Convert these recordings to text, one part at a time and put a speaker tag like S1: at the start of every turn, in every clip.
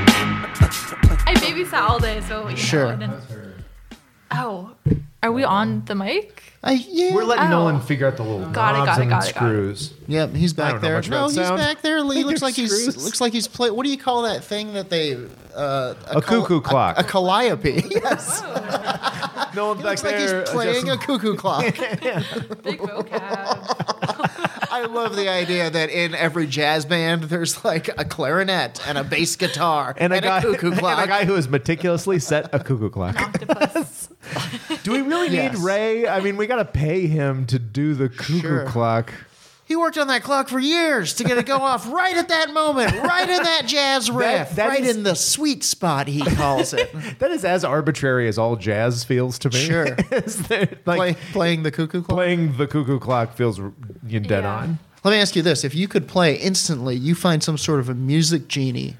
S1: I babysat all day, so you
S2: Sure.
S1: Know, and then- oh, are we on the mic?
S2: I, yeah.
S3: We're letting
S1: Oh.
S3: Nolan figure out the little
S1: Got it,
S3: knobs
S1: got it,
S3: and
S1: got it, got it.
S3: screws.
S2: Yep, he's
S3: I
S2: back
S3: don't know
S2: there.
S3: much
S2: no,
S3: about
S2: he's
S3: sound.
S2: back there. He
S3: think
S2: looks
S3: they're
S2: like he's
S3: screws.
S2: looks like he's play. What do you call that thing that they? Uh,
S3: Oh, A cuckoo clock.
S2: A, a calliope. yes.
S3: Nolan's back
S2: Looks like
S3: there.
S2: he's playing a
S3: adjusting-
S2: cuckoo clock.
S1: Big vocab.
S2: I love the idea that in every jazz band there's like a clarinet and a bass guitar
S3: and a guy,
S2: cuckoo clock.
S3: and a guy who has meticulously set a cuckoo clock.
S1: Octopus.
S3: Do we really
S2: Yes.
S3: need Ray? I mean, we got to pay him to do the cuckoo
S2: Sure.
S3: clock.
S2: he worked on that clock for years to get it go off right at that moment, right in that jazz riff,
S3: that
S2: right
S3: is-
S2: in the sweet spot he calls it.
S3: That is as arbitrary as all jazz feels to me.
S2: Sure.
S3: Is there- like
S2: Play, playing the cuckoo clock.
S3: playing the cuckoo clock feels r- you dead
S1: Yeah.
S3: on.
S2: Let me ask you this: If you could play instantly, you find some sort of a music genie,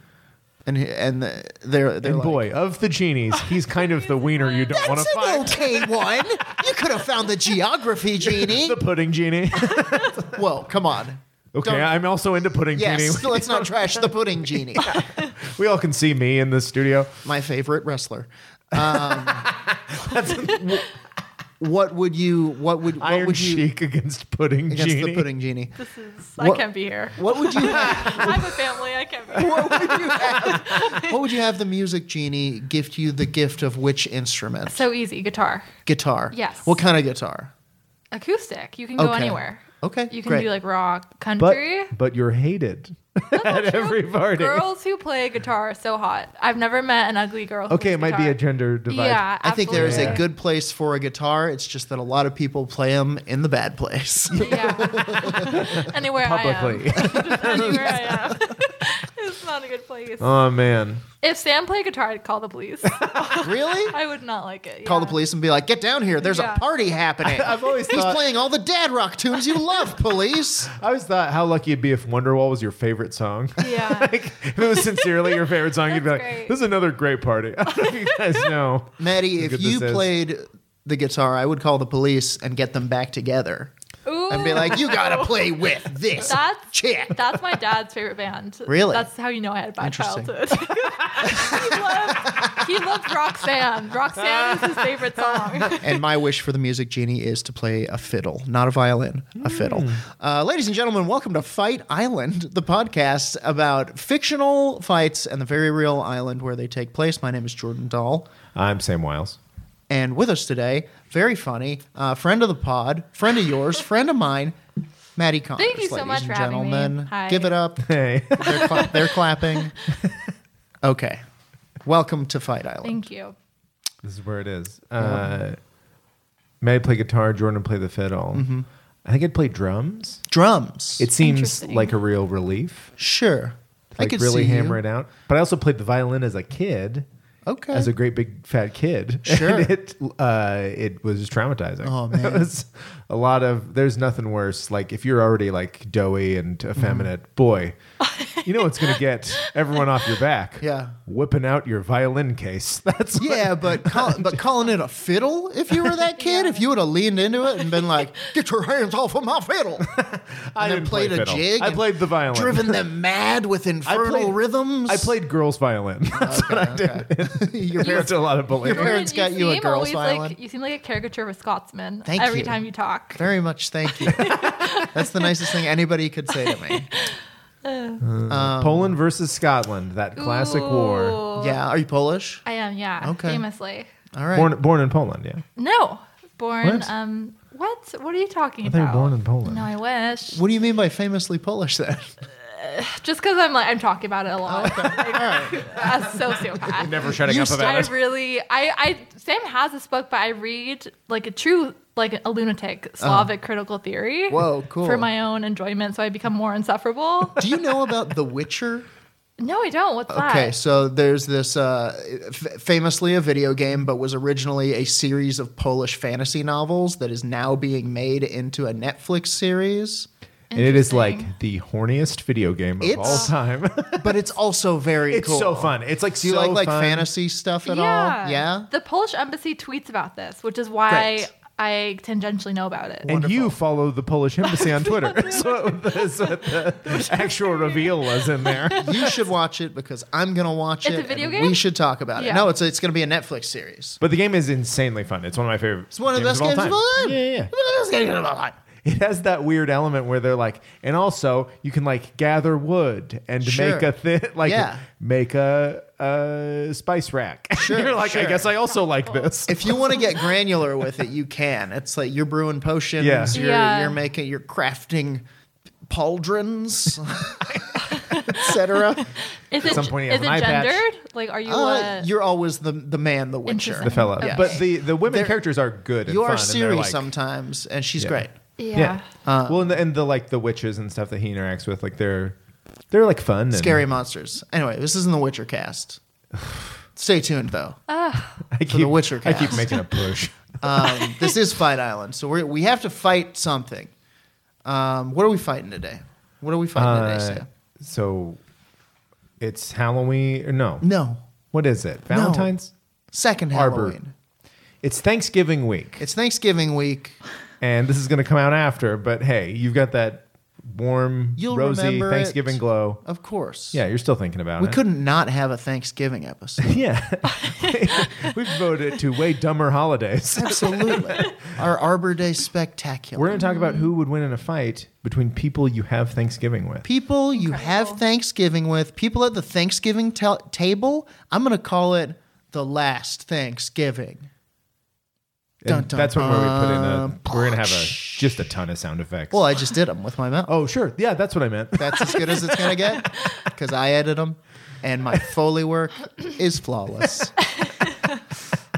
S2: and and they're they're
S3: And
S2: like,
S3: boy, of the genies, he's kind of the wiener you don't want to
S2: That's an
S3: find.
S2: okay one. You could have found the geography genie.
S3: The pudding genie.
S2: Well, come on.
S3: Okay,
S2: Don't-
S3: I'm also into pudding
S2: Yes,
S3: genie.
S2: let's not trash the pudding genie.
S3: We all can see me in the studio.
S2: My favorite wrestler. Um, what would you? What would? What
S3: Iron
S2: would you
S3: Sheik against pudding
S2: against
S3: genie.
S2: the pudding genie?
S1: This is.
S2: What-
S1: I can't be here.
S2: What would you? Have,
S1: I have a family. I can't be here.
S2: what would you have? What would you have the music genie gift you? The gift of which instrument?
S1: So easy. Guitar.
S2: Guitar.
S1: Yes.
S2: What kind of guitar?
S1: Acoustic. You can go
S2: Okay.
S1: anywhere.
S2: Okay,
S1: You can
S2: great.
S1: do like rock,
S3: but
S1: country.
S3: but you're hated at every party.
S1: Girls who play guitar are so hot. I've never met an ugly girl. Who
S3: Okay, it
S1: plays
S3: might be
S1: guitar.
S3: a gender divide.
S1: Yeah,
S2: I think there is a
S1: absolutely.
S2: good place for a guitar. It's just that a lot of people play them in the bad place.
S1: Yeah. anywhere
S3: Publicly.
S1: I am. Anywhere I am. it's not a good place.
S3: oh man.
S1: If Sam played guitar, I'd call the police.
S2: really?
S1: I would not like it.
S2: Call the
S1: yeah.
S2: police and be like, "Get down here! There's
S1: Yeah.
S2: a party happening."
S3: I've always
S2: He's
S3: thought
S2: playing all the dad rock tunes you love, police.
S3: I always thought how lucky you'd be if Wonderwall was your favorite song.
S1: Yeah.
S3: if it was sincerely your favorite song, you'd be like,
S1: That's great.
S3: "This is another great party." I don't know if you guys know.
S2: Maddie,
S3: Look
S2: if
S3: at
S2: you
S3: this is.
S2: played the guitar, I would call the police and get them back together
S1: Ooh.
S2: and be like, "You gotta play with this
S1: That's-
S2: chick."
S1: That's my dad's favorite band.
S2: Really?
S1: That's how you know I had a bad
S2: Interesting.
S1: childhood. he, loved, he loved Roxanne. Roxanne is his favorite song.
S2: and my wish for the music genie is to play a fiddle, not a violin, a fiddle.
S3: Hmm.
S2: Uh, ladies and gentlemen, welcome to Fight Island, the podcast about fictional fights and the very real island where they take place. My name is Jordan Dahl,
S3: I'm Sam Wiles.
S2: and with us today, very funny, uh, friend of the pod, friend of yours, friend of mine, Maddie Connors.
S1: Thank you so
S2: ladies
S1: much
S2: and
S1: for having me.
S2: gentlemen.
S1: Hi.
S2: Give it up.
S3: Hey,
S2: They're, cla- they're clapping. Okay. Welcome to Fight Island.
S1: Thank you.
S3: this is where it is. Uh, Maddie play guitar. Jordan would play the fiddle. I think I'd play drums.
S2: Drums.
S3: It seems
S1: Interesting.
S3: like a real relief.
S2: sure. I
S3: Like
S2: could
S3: really
S2: see
S3: hammer
S2: you.
S3: it out. But I also played the violin as a kid.
S2: Okay.
S3: as a great big fat kid.
S2: Sure.
S3: And it uh, it was traumatizing.
S2: Oh, man.
S3: it was a
S2: Mm-hmm.
S3: lot of. There's nothing worse. Like if you're already like doughy and effeminate, boy, You know it's going to get everyone off your back.
S2: Yeah.
S3: Whipping out your violin case. That's what-
S2: Yeah, but call, but calling it a fiddle if you were that kid, if you would have leaned into it and been like, "Get your hands off of my fiddle,"
S3: I
S2: and then
S3: didn't
S2: played
S3: play
S2: a
S3: fiddle.
S2: jig,
S3: I
S2: and
S3: played the violin.
S2: driven them mad with infernal
S3: played-
S2: rhythms.
S3: I played girls' violin. That's what I did.
S2: your
S3: Compared
S2: parents.
S3: to a lot of bullying.
S2: Your parents got you a
S1: seem
S2: girl's
S1: always
S2: violin.
S1: Like, you seem like a caricature of a Scotsman
S2: Thank
S1: every
S2: you.
S1: time you talk.
S2: Very much, thank you. That's the nicest thing anybody could say to me. Um,
S3: Poland versus Scotland, that classic war.
S1: Ooh.
S2: Yeah, are you Polish?
S1: I am, yeah.
S2: Okay.
S1: Famously.
S2: All right.
S3: Born, born in Poland, yeah.
S1: No. Born
S3: What?
S1: um what? What are you talking
S3: they were
S1: about?
S3: born in Poland.
S1: No, I wish.
S2: what do you mean by famously Polish then?
S1: Just because I'm like I'm talking about it a lot.
S3: Oh,
S1: Like, a sociopath.
S3: Never shutting
S2: You
S3: up about
S1: I
S3: it.
S1: really, I, I, Sam has this book, but I read like a true, like a lunatic Slavic
S3: Uh-huh.
S1: critical theory.
S2: Whoa, cool.
S1: For my own enjoyment, so I become more insufferable.
S2: Do you know about The Witcher?
S1: no, I don't. What's that?
S2: Okay, so there's this uh, f- famously a video game, but was originally a series of Polish fantasy novels that is now being made into a Netflix series.
S3: And it is
S1: Interesting.
S3: like the horniest video game of all
S2: It's-
S3: time.
S2: But it's also very
S3: it's
S2: cool.
S3: so fun. It's like
S2: Do you
S3: so
S2: like like
S3: fun.
S2: fantasy stuff at all? Yeah.
S1: The Polish embassy tweets about this, which is why
S2: Great.
S1: I tangentially know about it.
S3: And you follow the Polish embassy on Twitter. so that's what the actual reveal was in there.
S2: You should watch it because I'm gonna watch
S1: It's
S2: it.
S1: a video
S2: and
S1: game?
S2: We should talk about it.
S1: Yeah.
S2: No, it's it's gonna be a Netflix series.
S3: But the game is insanely fun. It's one of my favorite.
S2: It's one of the best games of all time.
S3: Yeah, yeah, yeah.
S2: One of the best games of all time.
S3: It has that weird element where they're like, and also you can like gather wood and
S2: Sure.
S3: make a thing, like
S2: Yeah.
S3: make a, a spice rack.
S2: Sure,
S3: You're like, I
S2: sure.
S3: guess I also like this.
S2: If you want to get granular with it, you can. It's like you're brewing potions,
S3: Yeah.
S2: you're
S1: Yeah.
S2: you're making you're crafting pauldrons, etc.
S1: Is it,
S3: some point you
S1: is
S3: have
S1: it
S3: an eye patch.
S1: gendered? Like, are you?
S2: Uh,
S1: Uh,
S2: you're always the the man, the witcher.
S1: Interesting.
S3: the fella,
S1: Okay.
S3: but the the women
S2: They're-
S3: characters are good. And
S2: you
S3: fun,
S2: are um,
S3: and they're,
S2: Siri
S3: like-
S2: sometimes, and she's
S3: Yeah.
S2: great.
S1: yeah.
S3: Yeah.
S2: uh,
S3: well, and the, and the like the witches and stuff that he interacts with, like they're they're like fun, and
S2: Scary monsters. Anyway, this isn't the Witcher cast. Stay tuned though.
S3: I keep,
S2: the Witcher
S3: I keep
S2: cast.
S3: making a push.
S2: Um, this is Fight Island, so we we have to fight something. Um, what are we fighting today? What are we fighting
S3: Uh,
S2: today? Sam?
S3: so it's Halloween. Or no,
S2: No,
S3: What is it? Valentine's.
S2: second
S3: Arbor.
S2: Halloween.
S3: It's Thanksgiving week.
S2: It's Thanksgiving week.
S3: and this is going to come out after. But hey, you've got that warm,
S2: You'll
S3: rosy
S2: remember it.
S3: Thanksgiving glow.
S2: Of course.
S3: Yeah, you're still thinking about
S2: We
S3: it.
S2: couldn't not have a Thanksgiving episode.
S3: Yeah, we've voted to way dumber holidays.
S2: Absolutely. Our Arbor Day spectacular.
S3: We're going to talk about who would win in a fight between people you have Thanksgiving with.
S2: people you have
S1: Incredible.
S2: Thanksgiving with, people at the Thanksgiving tel- table, I'm going to call it the last Thanksgiving. Dun,
S3: And
S2: dun,
S3: that's when where we put in a.
S2: dun.
S3: We're going to have a just a ton of sound effects.
S2: Well, I just did them with my mouth.
S3: oh sure, yeah, that's what I meant.
S2: That's as good as it's going to get because I edit them and my Foley work is flawless.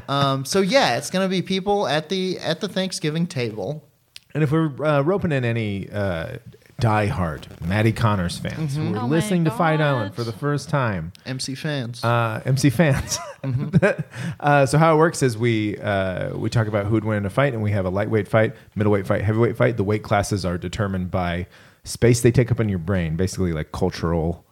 S2: Um, so yeah, it's going to be people at the at the Thanksgiving table.
S3: And if we're uh, roping in any uh, diehard Maddie Connors fans
S2: Mm-hmm.
S3: who are
S1: Oh my
S3: listening to Fight Island
S1: gosh.
S3: for the first time,
S2: MC fans.
S3: uh, MC fans. uh, so how it works is we uh, we talk about who'd win in a fight, and we have a lightweight fight, middleweight fight, heavyweight fight. The weight classes are determined by space they take up in your brain, basically like cultural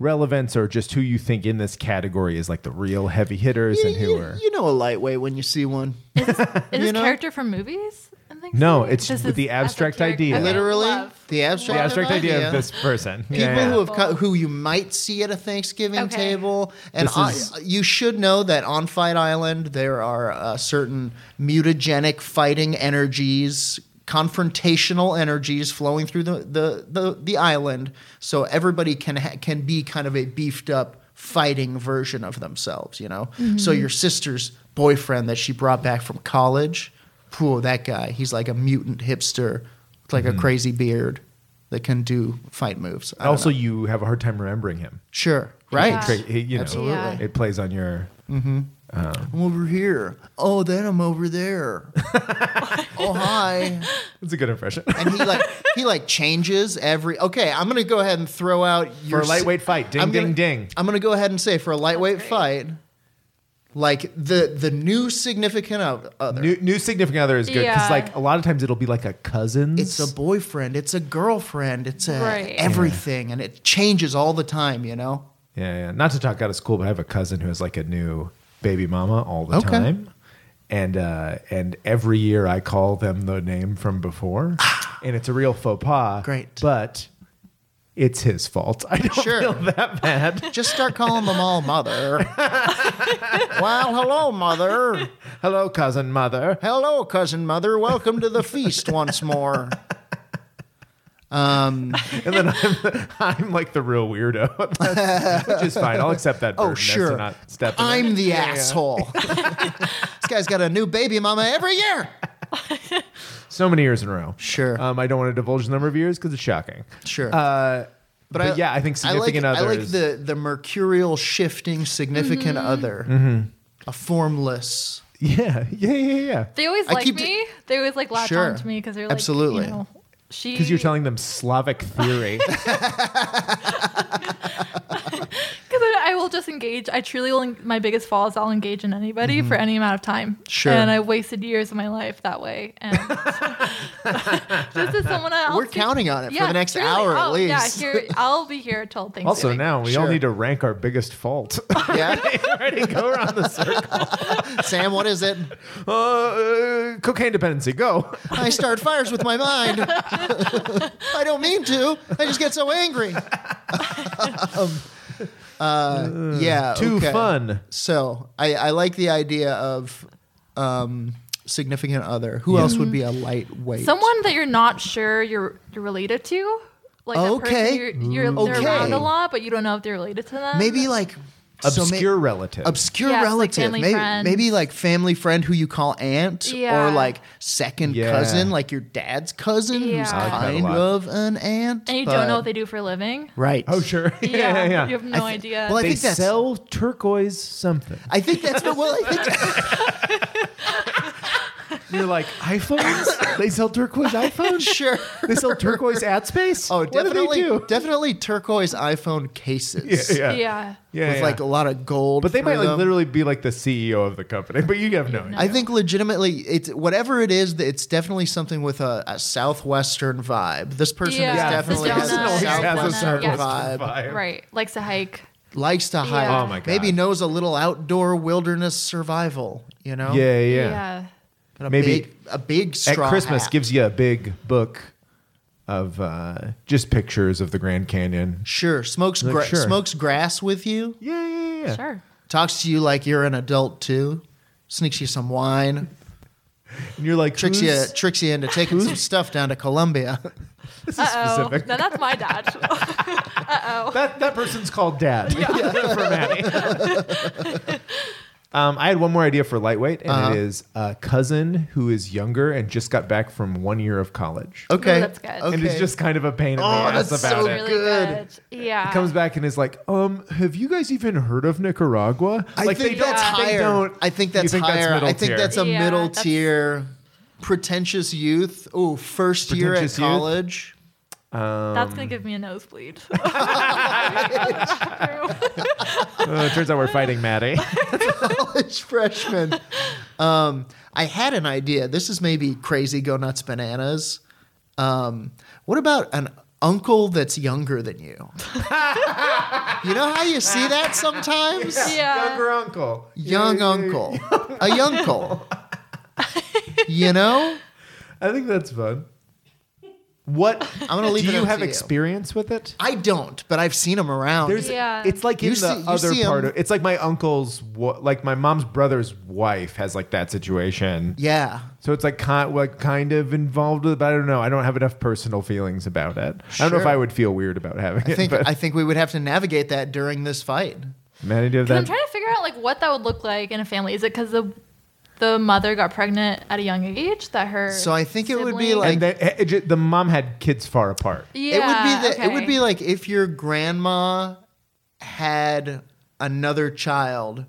S3: relevance or just who you think in this category is like the real heavy hitters and who
S2: you,
S3: are.
S2: you know a lightweight when you see one.
S1: Is
S2: You
S1: this
S2: know?
S1: character from movies? and things
S3: No,
S1: like that?
S3: it's
S1: This
S3: with
S1: is
S3: the abstract
S1: esoteric.
S3: idea.
S1: Okay,
S2: Literally,
S1: love.
S2: the abstract,
S3: The abstract idea of this person.
S2: People
S3: Yeah, yeah.
S2: who have co- who you might see at a Thanksgiving
S1: Okay.
S2: table, and
S3: This
S2: on-
S3: is-
S2: you should know that on Fight Island there are uh, certain mutagenic fighting energies, confrontational energies flowing through the the the, the island. So everybody can ha- can be kind of a beefed up fighting version of themselves. You know, so
S3: Mm-hmm.
S2: your sister's boyfriend that she brought back from college, phew, that guy, he's like a mutant hipster, with like a
S3: Mm-hmm.
S2: crazy beard. That can do fight moves. I don't
S3: also,
S2: know.
S3: you have a hard time remembering him.
S2: Sure. Right.
S3: Tra- he- you
S2: Ah,
S3: know,
S2: Absolutely.
S1: Yeah.
S3: It plays on your.
S2: I'm over here. Oh, then I'm over there. oh, hi.
S3: It's a good impression.
S2: And he like he like changes every. Okay, I'm gonna go ahead and throw out your
S3: For a lightweight fight, ding,
S2: I'm
S3: ding,
S2: gonna-
S3: ding.
S2: I'm gonna go ahead and say for a lightweight
S1: great.
S2: fight, Like the the new significant o- other.
S3: New, new significant other is good because
S1: Yeah.
S3: like a lot of times it'll be like a cousin.
S2: it's a boyfriend, it's a girlfriend, it's a
S1: Right.
S2: everything, and it changes all the time, you know?
S3: yeah, yeah. Not to talk out of school, but I have a cousin who has like a new baby mama all the
S2: Okay.
S3: time, and uh, and every year I call them the name from before, and it's a real faux pas.
S2: Ah. Great.
S3: but it's his fault. I don't
S2: Sure.
S3: feel that bad.
S2: Just start calling them all mother. well, hello, mother.
S3: Hello, cousin mother.
S2: Hello, cousin mother. Welcome to the feast once more.
S3: And then I'm, I'm like the real weirdo, That's- which is fine. I'll accept that. burden
S2: Oh,
S3: as to
S2: sure.
S3: not step in it.
S2: I'm the asshole. this guy's got a new baby mama every year.
S3: so many years in a row.
S2: Sure.
S3: Um, I don't want to divulge the number of years because it's shocking.
S2: Sure.
S3: Uh, but
S2: I-
S3: yeah, I think significant
S2: I like,
S3: others. Mm-hmm.
S2: I like the, the mercurial shifting significant other. A formless.
S3: yeah, yeah, yeah, yeah.
S1: They always
S2: I
S1: like
S2: keep-
S1: me. they always like latch
S2: Sure.
S1: on to me because they're like,
S2: Absolutely.
S1: You know, she
S3: Because you're telling them Slavic theory.
S1: Because I, I will just engage. I truly will. My biggest fall is I'll engage in anybody for
S3: Mm-hmm.
S1: any amount of time.
S2: Sure.
S1: And I wasted years of my life that way. And this is someone else.
S2: We're counting on it for the next hour at
S1: Oh, Yeah,
S2: least.
S1: here I'll be here till Thanksgiving.
S3: also, now we all
S2: Sure.
S3: need to rank our biggest fault.
S2: Yeah.
S3: Ready? Go around the circle.
S2: Sam, what is it?
S3: Uh, Uh, cocaine dependency. Go.
S2: I start fires with my mind. I don't mean to. I just get so angry. um, uh, yeah.
S3: Too
S2: okay.
S3: fun.
S2: So I, I like the idea of um, significant other. Who else would be a lightweight?
S1: Mm-hmm. someone that you're not sure you're you're related to. Like that
S2: Okay.
S1: person you're, you're
S2: Okay.
S1: they're around a lot, but you don't know if they're related to them.
S2: Maybe like so ma-
S3: Obscure relative.
S2: obscure
S1: Yeah, it's like
S2: relative.
S1: family
S2: maybe,
S1: friend.
S2: maybe like family friend who you call aunt
S1: Yeah.
S2: or like second
S3: Yeah.
S2: cousin, like your dad's cousin who's
S1: Yeah. I like
S3: that a
S2: kind
S3: lot.
S2: of an aunt.
S1: and you
S2: but-
S1: don't know what they do for a living.
S2: Right.
S3: oh, sure. Yeah, yeah, yeah.
S1: You have no idea.
S2: well, I
S3: they
S2: think that's-
S3: sell turquoise something.
S2: I think that's what. Well, I think
S3: You're like iPhones. they sell turquoise iPhones.
S2: sure.
S3: They sell turquoise ad space.
S2: Oh,
S3: What do they
S2: definitely,
S3: do?
S2: definitely turquoise iPhone cases.
S3: yeah.
S1: yeah.
S3: Yeah,
S2: with
S3: yeah.
S2: like a lot of gold.
S3: But they might
S2: through
S3: like
S2: them.
S3: literally be like the CEO of the company, but you have no idea.
S2: I think legitimately, it's whatever it is. It's definitely something with a, a southwestern vibe. This person
S1: Yeah,
S2: is
S1: Yeah,
S2: definitely
S1: this
S2: has a
S1: person always has a
S2: southwestern
S1: Southwestern
S2: vibe.
S1: Right. Likes to hike.
S2: Likes to hike.
S1: Yeah.
S3: Oh my God.
S2: Maybe knows a little outdoor wilderness survival. You know,
S3: Yeah, yeah.
S1: yeah.
S2: Got a
S3: Maybe-
S2: big, a big
S3: At
S2: straw
S3: Christmas,
S2: hat.
S3: gives you a big book of uh, just pictures of the Grand Canyon.
S2: sure smokes
S3: Like,
S2: gra-
S3: sure.
S2: smokes grass with you.
S3: Yeah, yeah, yeah.
S1: Sure.
S2: Talks to you like you're an adult too. Sneaks you some wine.
S3: And you're like,
S2: Tricks you,
S3: who's-
S2: tricks you into taking some stuff down to Colombia.
S3: This is
S1: Uh oh.
S3: specific.
S1: No, that's my dad. Oh.
S3: That that person's called Dad. for Maddie. um, I had one more idea for lightweight, and it is a cousin who is younger and just got back from one year of college,
S2: Okay,
S1: that's good.
S2: Okay.
S3: and is just kind of a pain in the
S2: Oh,
S3: ass
S2: that's
S3: about
S2: so
S3: it.
S1: really
S2: good.
S1: good. Yeah.
S3: comes back and is like, um, have you guys even heard of Nicaragua?
S2: I
S3: like,
S2: think
S3: they
S2: that's
S3: don't, they
S2: higher.
S3: don't-
S2: I think that's
S3: you think
S2: higher.
S3: middle
S2: I think
S3: tier.
S2: that's a
S1: Yeah,
S2: middle
S1: that's-
S2: tier. Pretentious youth. Oh, first year at
S3: Pretentious youth?
S2: college.
S1: that's gonna give me a nosebleed.
S3: Uh, it turns out we're fighting Maddie.
S2: College freshman. Um, I had an idea. This is maybe crazy go nuts bananas. Um, what about an uncle that's younger than you? you know how you see that sometimes?
S1: yeah.
S3: Younger uncle.
S2: Young uncle. A young uncle. you know?
S3: I think that's fun. What? I'm
S2: gonna leave
S3: Do
S2: it
S3: you
S2: up
S3: have
S2: to you.
S3: experience with it?
S2: I don't, but I've seen him around.
S3: There's,
S1: Yeah.
S3: it's like in
S2: You
S3: the
S2: see- you
S3: other
S2: see 'em-
S3: part. Of, it's like my uncle's, wa- like my mom's brother's wife has like that situation.
S2: yeah.
S3: So it's like kind, like kind of involved with, it, but I don't know. I don't have enough personal feelings about it. I don't know if
S2: Sure.
S3: I would feel weird about having
S2: I
S3: it.
S2: think
S3: but
S2: I think we would have to navigate that during this fight.
S3: Maddie, do you have
S1: I'm
S3: that?
S1: trying to figure out like what that would look like in a family. Is it because the the mother got pregnant at a young age that her
S2: So I think it would be
S1: sibling-
S2: like-
S3: and then eh, eh, ju- the mom had kids far apart.
S1: yeah,
S2: it would be the, it
S1: okay.
S2: would be like if your grandma had another child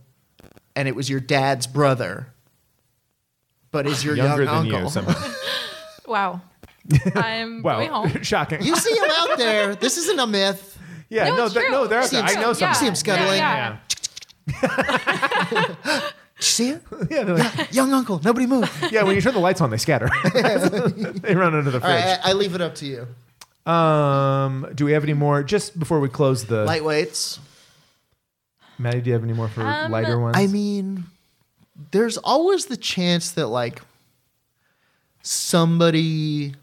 S2: and it was your dad's brother. But is your
S3: younger
S2: young
S3: than you
S2: uncle.
S3: somehow.
S1: wow. I'm going
S3: Wow,
S1: home.
S3: shocking.
S2: You see him out there. This isn't a myth.
S3: yeah,
S1: No,
S3: no,
S1: it's
S3: th-
S1: true.
S3: no, there are.
S1: See
S2: him
S3: I know
S2: scuttling.
S3: some.
S2: See him scuttling.
S1: Yeah, yeah.
S2: Did you see it?
S3: yeah, they're like,
S2: Young uncle, nobody move.
S3: yeah. When you turn the lights on, they scatter. they run under the
S2: All right,
S3: fridge.
S2: I, I leave it up to you.
S3: Um, do we have any more? Just before we close the,
S2: Lightweights.
S3: Maddie, do you have any more for
S1: Um,
S3: lighter ones?
S2: I mean, there's always the chance that like somebody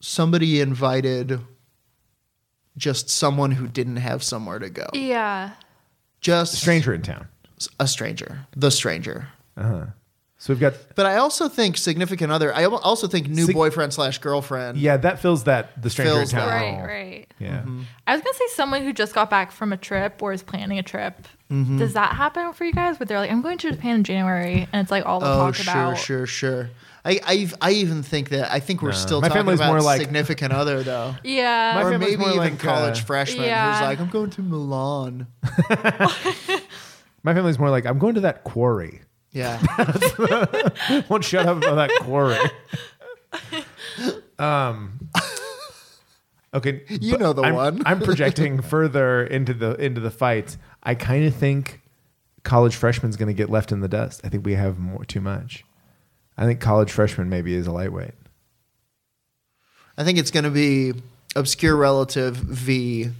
S2: somebody invited just someone who didn't have somewhere to go.
S1: Yeah.
S2: Just
S3: stranger in town.
S2: a stranger, the stranger.
S3: So we've got
S2: But I also think significant other. I al- also think new
S3: Sig-
S2: boyfriend slash girlfriend.
S3: yeah, that fills that the stranger
S2: Fills
S3: in town.
S2: that. Mm-hmm.
S1: Right,
S3: role.
S1: right.
S3: Yeah.
S1: I was gonna say someone who just got back from a trip or is planning a trip.
S2: Mm-hmm.
S1: Does that happen for you guys? Where they're like, "I'm going to Japan in January," and it's like all the
S2: Oh,
S1: talk
S2: sure,
S1: about.
S2: sure, sure. I, I I even think that I think we're still
S3: My
S2: talking
S3: family's
S2: about
S3: more like-
S2: significant other though.
S1: Yeah.
S3: My
S2: or
S3: family's
S2: maybe
S3: more
S2: even
S3: like,
S2: college
S3: uh,
S2: freshman
S1: Yeah.
S2: who's like, I'm going to Milan.
S3: My family's more like I'm going to that quarry.
S2: Yeah.
S3: Won't shut up about that quarry. Um. Okay,
S2: You
S3: but
S2: know the
S3: I'm-
S2: one.
S3: I'm projecting further into the into the fight. I kind of think college freshman's going to get left in the dust. I think we have more too much. I think college freshman maybe is a lightweight.
S2: I think it's going to be obscure relative v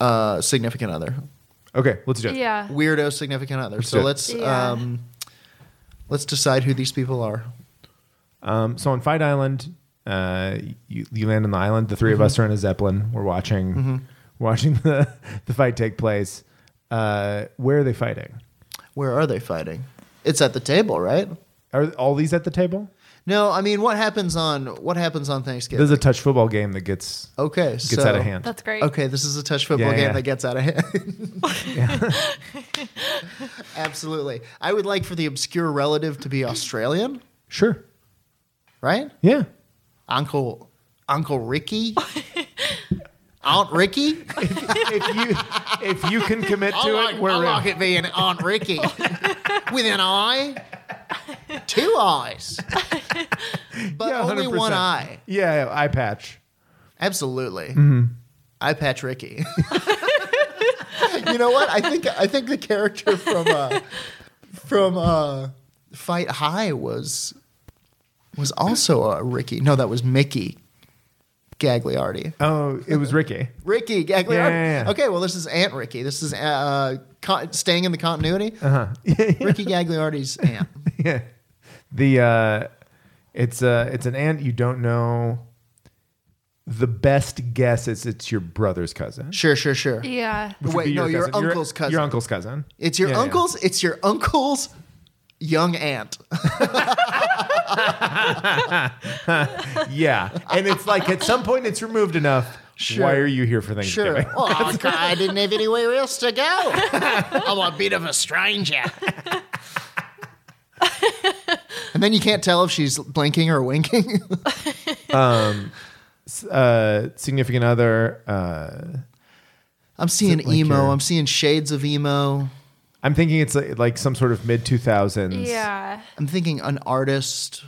S2: uh, significant other,
S3: Okay, let's do it.
S1: Yeah.
S2: weirdo significant other.
S3: do
S2: So
S3: it.
S2: let's
S1: Yeah.
S2: um, let's decide who these people are.
S3: Um, so on Fight Island, uh, you, you land on the island. The 3 of
S2: Mm-hmm.
S3: us are in a zeppelin. We're watching watching the the fight take place. Uh, where are they fighting?
S2: Where are they fighting? It's at the table, right?
S3: Are all these at the table?
S2: No, I mean, what happens on what happens on Thanksgiving?
S3: There's a touch football game that gets
S2: okay,
S3: gets out of hand.
S1: That's great.
S2: Okay, this is a touch football
S3: Yeah,
S2: game
S3: yeah.
S2: that gets out of hand. Absolutely. I would like for the obscure relative to be Australian,
S3: sure.
S2: right?
S3: Yeah.
S2: Uncle Uncle Ricky? Aunt Ricky?
S3: if you if you can commit
S2: I
S3: to
S2: like,
S3: it, we're
S2: I
S3: in.
S2: like it being Aunt Ricky with an eye, two eyes, but
S3: Yeah,
S2: only
S3: 100%.
S2: one eye.
S3: Yeah, yeah, eye patch.
S2: Absolutely,
S3: Mm-hmm.
S2: I patch Ricky. you know what? I think I think the character from uh, from uh, Fight High was was also a Ricky. No, that was Mickey Gagliardi.
S3: Oh, it was Ricky.
S2: Ricky Gagliardi.
S3: Yeah, yeah, yeah.
S2: Okay, well, this is Aunt Ricky. This is uh, con- staying in the continuity.
S3: Uh-huh.
S2: Ricky Gagliardi's aunt.
S3: yeah. The uh, it's uh, it's an aunt you don't know. The best guess is it's your brother's cousin.
S2: Sure, sure, sure.
S1: Yeah.
S3: which would
S2: Wait,
S3: be
S2: no, your
S3: cousin.
S2: uncle's cousin.
S3: Your uncle's cousin.
S2: It's your
S3: Yeah, yeah.
S2: uncle's. It's your uncle's young aunt.
S3: Yeah, and it's like at some point it's removed enough.
S2: Sure.
S3: Why are you here for
S2: Sure.
S3: Thanksgiving?
S2: well, I I didn't have anywhere else to go. I'm a bit of a stranger. and then you can't tell if she's blinking or winking.
S3: Uh, significant other. Uh,
S2: I'm seeing
S3: like
S2: emo.
S3: your-
S2: I'm seeing shades of emo.
S3: I'm thinking it's like, like some sort of mid two thousands.
S1: Yeah.
S2: I'm thinking an artist.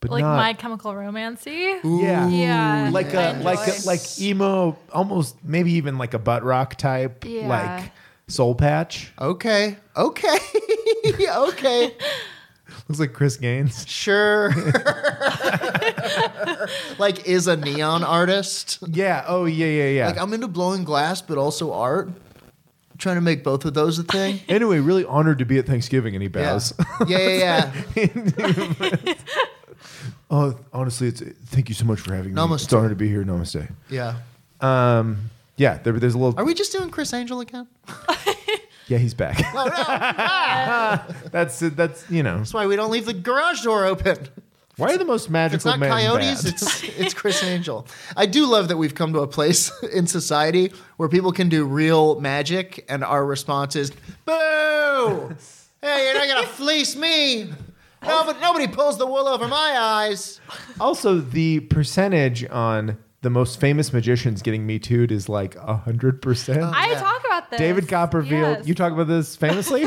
S3: but
S1: Like
S3: not.
S1: My Chemical Romancey.
S3: yeah.
S1: Yeah.
S3: Like
S1: I
S3: a
S1: enjoy.
S3: like a, like emo, almost maybe even like a butt rock type,
S1: Yeah.
S3: like soul patch.
S2: Okay. Okay. okay.
S3: Looks like Chris Gaines.
S2: Sure. like is a neon artist.
S3: Yeah. Oh yeah yeah yeah.
S2: Like I'm into blowing glass, but also art. I'm trying to make both of those a thing.
S3: anyway, really honored to be at Thanksgiving, and he
S2: Yeah.
S3: bows.
S2: yeah, yeah, yeah.
S3: oh, honestly, it's thank you so much for having me. It's
S2: Namaste.
S3: an honor to be here. Namaste.
S2: Yeah.
S3: Um, yeah, there, there's a little.
S2: Are we just doing Chris Angel again?
S3: yeah, he's back.
S2: Oh,
S3: that's that's you know.
S2: That's why we don't leave the garage door open.
S3: Why are the most magical
S2: It's not
S3: men
S2: coyotes,
S3: bad?
S2: it's it's Chris Angel. I do love that we've come to a place in society where people can do real magic and our response is boo. hey, you're not gonna fleece me. No, but nobody pulls the wool over my eyes.
S3: Also, the percentage on the most famous magicians getting Me Too'd is like hundred percent.
S1: I
S2: Yeah.
S1: talk about this.
S3: David Copperfield,
S1: Yes.
S3: you talk about this famously.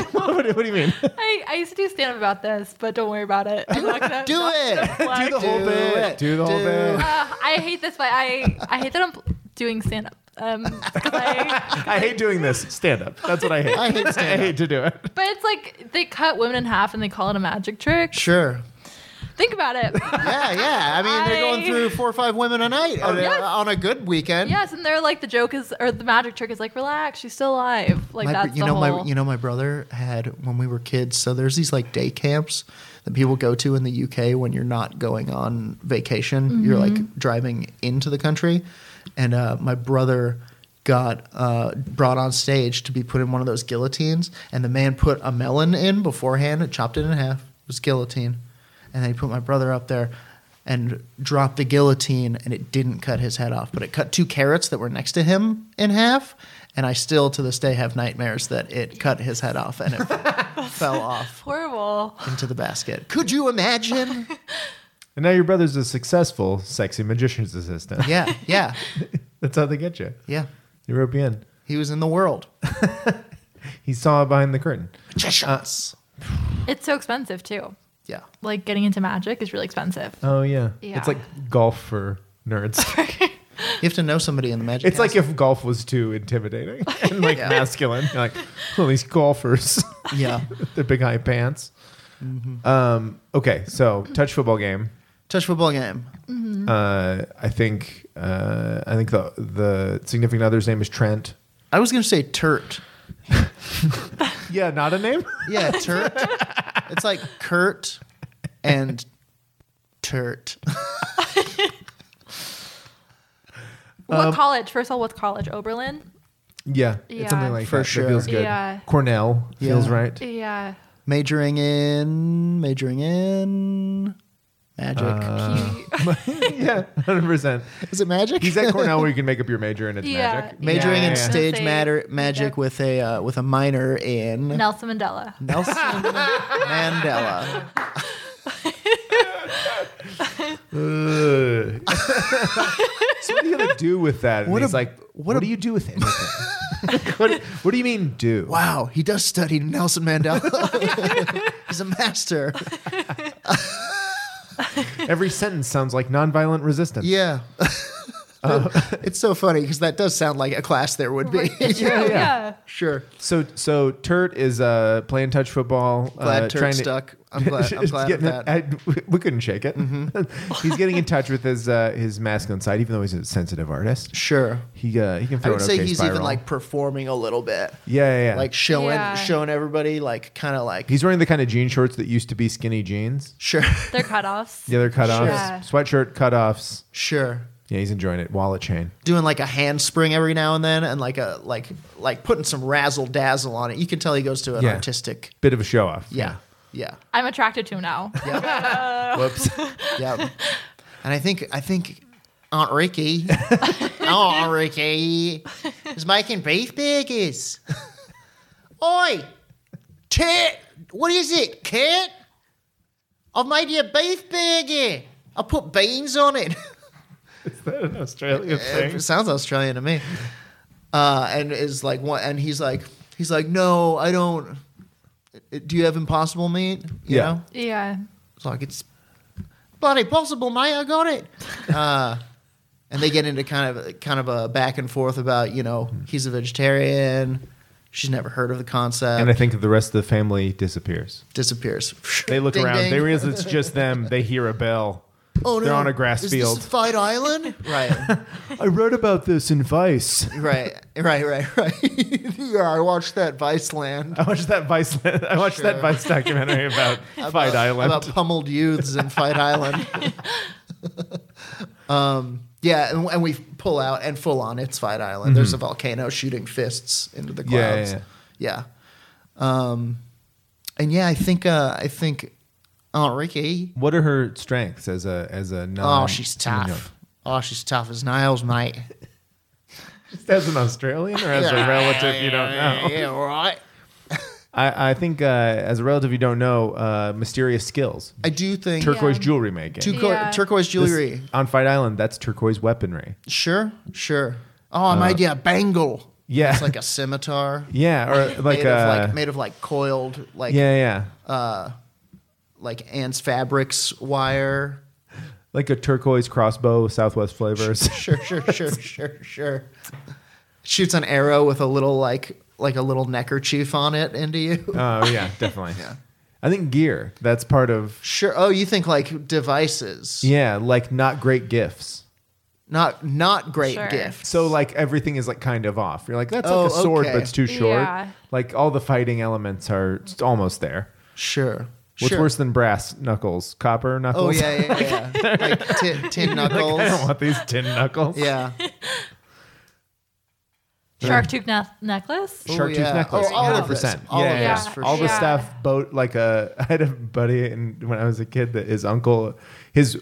S3: what, do- what do you mean?
S1: I, I used to do stand up about this, but don't worry about it. I'm not gonna-
S2: Do
S1: not
S2: it.
S1: gonna flex.
S3: Do the whole
S2: Do
S3: bit.
S2: it.
S3: Do the whole
S2: Do
S3: bit.
S1: Uh, I hate this, but I I hate that I'm doing stand up. Um, 'cause I-
S3: I hate doing this. Stand up. That's what I hate.
S2: I hate
S3: I
S2: stand
S3: hate to do it.
S1: but it's like they cut women in half and they call it a magic trick.
S2: Sure.
S1: Think about it.
S2: Yeah, yeah. I mean, they're going
S1: I- Oh,
S2: through four or five women a night on, a-
S1: Yes.
S2: on a good weekend.
S1: yes, and they're like the joke is or the magic trick is like relax, she's still alive. Like
S2: My-
S1: that's
S2: you
S1: the
S2: know
S1: whole.
S2: my you know my brother had when we were kids. So there's these like day camps that people go to in the UK when you're not going on vacation. You're
S1: Mm-hmm.
S2: like driving into the country, and uh, my brother got uh, brought on stage to be put in one of those guillotines, and the man put a melon in beforehand, and chopped it in half. It was guillotine, and then he put my brother up there. And dropped the guillotine, and it didn't cut his head off, but it cut two carrots that were next to him in half. And I still, to this day, have nightmares that it cut his head off and it fell off
S1: horrible.
S2: into the basket. Could you imagine?
S3: And now your brother's a successful sexy magician's assistant.
S2: Yeah, yeah,
S3: That's how they get you.
S2: yeah.
S3: They rope you in.
S2: He was in the world.
S3: He saw behind the curtain. Uh,
S2: Magicians.
S1: It's so expensive too.
S2: yeah.
S1: Like getting into magic is really expensive.
S3: Oh yeah.
S1: Yeah.
S3: It's like golf for nerds.
S2: You have to know somebody in the magic.
S3: It's like if golf was too intimidating and like
S2: Yeah.
S3: masculine. You're like, well, these golfers,
S2: Castle. yeah.
S3: their big high pants. Um, okay, so touch football game.
S2: Touch football game.
S3: Uh, I think uh, I think the the significant other's name is Trent.
S2: I was gonna say turt.
S3: Yeah, not a name.
S2: Yeah, turt. it's like Kurt and turt. Uh,
S1: What college? First of all, what's college? Oberlin.
S3: yeah, it's
S1: Yeah.
S3: something like
S2: For
S3: that.
S2: sure.
S3: That feels good.
S1: Yeah.
S3: Cornell feels
S2: Yeah.
S3: right.
S1: Yeah.
S2: Majoring in majoring in magic.
S3: Uh, yeah, hundred percent.
S2: Is it magic?
S3: He's at Cornell where you can make up your major and it's
S1: uh, Yeah.
S3: magic.
S2: majoring
S3: Yeah.
S2: in
S3: Yeah.
S2: stage
S1: Say-
S2: matter magic with a uh, with a minor in
S1: Nelson Mandela.
S2: Nelson Mandela.
S3: Ugh. so what do you gonna do with that? And
S2: What
S3: he's
S2: a-
S3: like,
S2: what
S3: what,
S2: a-
S3: do you do with anything? what, what do you mean do?
S2: Wow, he does study Nelson Mandela. He's a master.
S3: Every sentence sounds like nonviolent resistance.
S2: Yeah.
S3: Uh,
S2: it's so funny because that does sound like a class there would be.
S3: yeah.
S2: sure.
S3: So so Turt is uh, playing touch football.
S2: Glad
S3: uh,
S2: Turk
S3: trying to-
S2: stuck. I'm glad. I'm glad of
S3: getting-
S2: that. Mm-hmm.
S3: I- we couldn't shake it. he's getting in touch with his uh, his masculine side, even though he's a sensitive artist.
S2: sure.
S3: He uh, he can
S2: I
S3: throw
S2: would
S3: an
S2: say
S3: okay
S2: he's
S3: spiral.
S2: even like performing a little bit,
S3: yeah yeah, yeah.
S2: like showing
S1: Yeah.
S2: showing everybody, like kind of like
S3: he's wearing the kind of jean shorts that used to be skinny jeans.
S2: sure,
S1: They're cutoffs.
S3: The other cutoffs,
S1: Yeah.
S3: sweatshirt cutoffs.
S2: sure.
S3: Yeah, he's enjoying it. Wallet chain.
S2: doing like a handspring every now and then and like a like like putting some razzle dazzle on it. You can tell he goes to an
S3: Yeah.
S2: artistic
S3: Bit of a show off.
S2: yeah. Yeah.
S1: I'm attracted to him now.
S3: Whoops.
S2: Yeah. and I think I think Aunt Ricky Aunt Ricky is making beef burgers. Oi! Tit what is it, Kit? I've made you a beef burger. I put beans on it.
S3: An Australian
S2: It sounds Australian to me. Uh, and is like one, and he's like, he's like, no, I don't. uh, Do you have impossible meat? You
S3: Yeah.
S2: know,
S1: yeah.
S2: it's like it's bloody possible, mate. I got it. Uh, and they get into kind of kind of a back and forth about you know
S3: Hmm.
S2: he's a vegetarian, she's never heard of the concept,
S3: And I think the rest of the family disappears.
S2: disappears.
S3: They look
S2: Ding,
S3: around.
S2: ding.
S3: They realize it's just them. They hear a bell.
S2: oh,
S3: they're on a grass
S2: is
S3: field.
S2: This Fight Island, right?
S3: I wrote about this in Vice.
S2: Right, right, right, right. yeah, I watched that Vice Land.
S3: I watched that Vice. I watched
S2: Sure.
S3: that Vice documentary about, Fight Island.
S2: about pummeled youths in Fight Island. um, yeah, and, and we pull out and full on it's Fight Island. There's a volcano shooting fists into the
S3: Mm-hmm. Yeah,
S2: clouds.
S3: yeah,
S2: Yeah, Um, and yeah, I think uh, I think Aunt Ricky.
S3: what are her strengths as a as a non?
S2: Oh, she's tough. Oh, she's tough as nails, mate.
S3: As an Australian or as a relative you don't know.
S2: Yeah, all right.
S3: I, I think uh, as a relative you don't know uh, mysterious skills,
S2: I do think
S3: turquoise jewelry making.
S2: Turco-
S1: Yeah.
S2: turquoise
S3: This-
S2: jewelry.
S3: on Fight Island, that's turquoise weaponry.
S2: Sure, sure. Oh, I made you a bangle.
S3: Uh, yeah.
S2: it's like a scimitar.
S3: Yeah, or like
S2: made
S3: uh,
S2: of like made of like coiled like
S3: yeah, yeah,
S2: like ants fabrics wire.
S3: like a turquoise crossbow, Southwest flavors.
S2: Sure, sure, sure, sure, sure. shoots an arrow with a little like like a little neckerchief on it into you.
S3: Oh yeah, definitely. I think gear. That's part of
S2: Sure. Oh, you think like devices,
S3: yeah, like not great gifts.
S2: not not great
S1: Sure.
S2: gifts.
S3: So like everything is like kind of off. You're like that's
S2: Oh,
S3: like a sword,
S2: okay.
S3: but it's too short.
S1: Yeah.
S3: Like all the fighting elements are s- almost there.
S2: sure.
S3: What's
S2: sure.
S3: worse than brass knuckles? Copper
S2: Oh
S3: knuckles?
S2: yeah, yeah, yeah. yeah. like tin, tin knuckles.
S3: I don't want these tin knuckles.
S2: yeah.
S1: Shark tooth ne- necklace.
S2: Oh,
S3: Shark tooth
S2: yeah.
S3: necklace.
S2: Oh, all of
S3: 100%.
S2: this. All
S3: yeah,
S2: of
S3: yeah.
S2: this, for
S3: all the
S1: sure.
S3: stuff. Boat like a. I had a buddy, and when I was a kid, that his uncle, his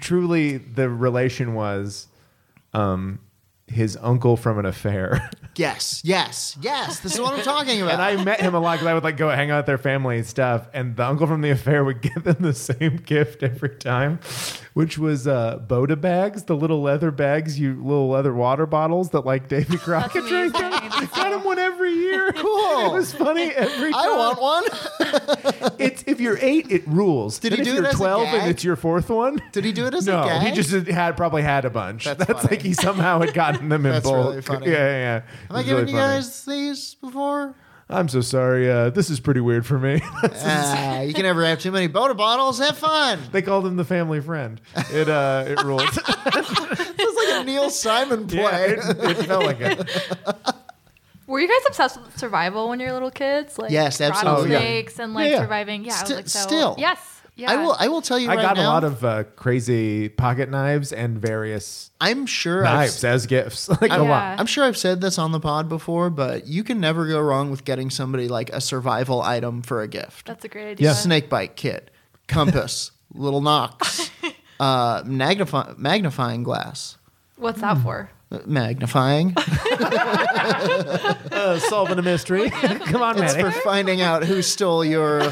S3: truly the relation was, um, his uncle from an affair.
S2: Yes, yes, yes. This is what I'm talking about.
S3: and I met him a lot because I would like go hang out with their family and stuff. And the uncle from the affair would give them the same gift every time, which was uh, Boda bags, the little leather bags, you little leather water bottles that like Davy Crockett drank.
S1: amazing.
S3: out of. I got him one every year.
S2: Cool.
S3: It was funny every time.
S2: I want one.
S3: It's if you're eight, it rules.
S2: Did he
S3: and if
S2: do it
S3: you're
S2: as a
S3: twelve
S2: gag?
S3: and it's your fourth one?
S2: Did he do it as
S3: no,
S2: a gag?
S3: he just had probably had a bunch.
S2: That's
S3: That's,
S2: funny.
S3: like he somehow had gotten them in
S2: That's
S3: bulk.
S2: really funny.
S3: Yeah, yeah. yeah.
S2: Have I
S3: It's
S2: given
S3: really
S2: you
S3: funny.
S2: guys these before?
S3: I'm so sorry. Uh, this is pretty weird for me.
S2: Ah, you can never have too many Boda bottles. Have fun.
S3: They called him the family friend. It uh, it ruled.
S2: It's like a Neil Simon play.
S3: yeah, it, it felt like it.
S1: Were you guys obsessed with survival when you were little kids? Like
S2: Yes, absolutely.
S3: Oh, yeah.
S1: Rattlesnakes and like
S3: Yeah, yeah.
S1: surviving. Yeah, I
S2: Sti-
S1: was like so.
S2: still.
S1: Yes. Yeah.
S2: I will. I will tell you.
S3: I
S2: right
S3: got
S2: now,
S3: a lot of uh, crazy pocket knives and various
S2: I'm sure.
S3: knives
S2: I've,
S3: as gifts, like a
S1: Yeah.
S3: lot.
S2: I'm sure I've said this on the pod before, but you can never go wrong with getting somebody like a survival item for a gift.
S1: That's a great idea.
S3: Yeah.
S2: Snake bite kit, compass, little knocks, uh, magnify, magnifying glass,
S1: What's that for?
S2: Uh, magnifying.
S3: Uh, solving a mystery. Come on,
S2: It's
S3: man.
S2: for finding out who stole your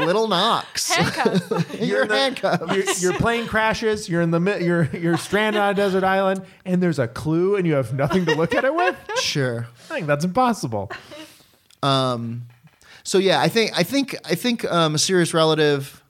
S2: little knocks,
S1: Handcuffs.
S2: your handcuff.
S3: Your, your plane crashes. You're in the mi- you're you're stranded on a desert island, and there's a clue, and you have nothing to look at it with.
S2: Sure. Um,
S3: I think that's impossible.
S2: So yeah, I think I think I think um, a serious relative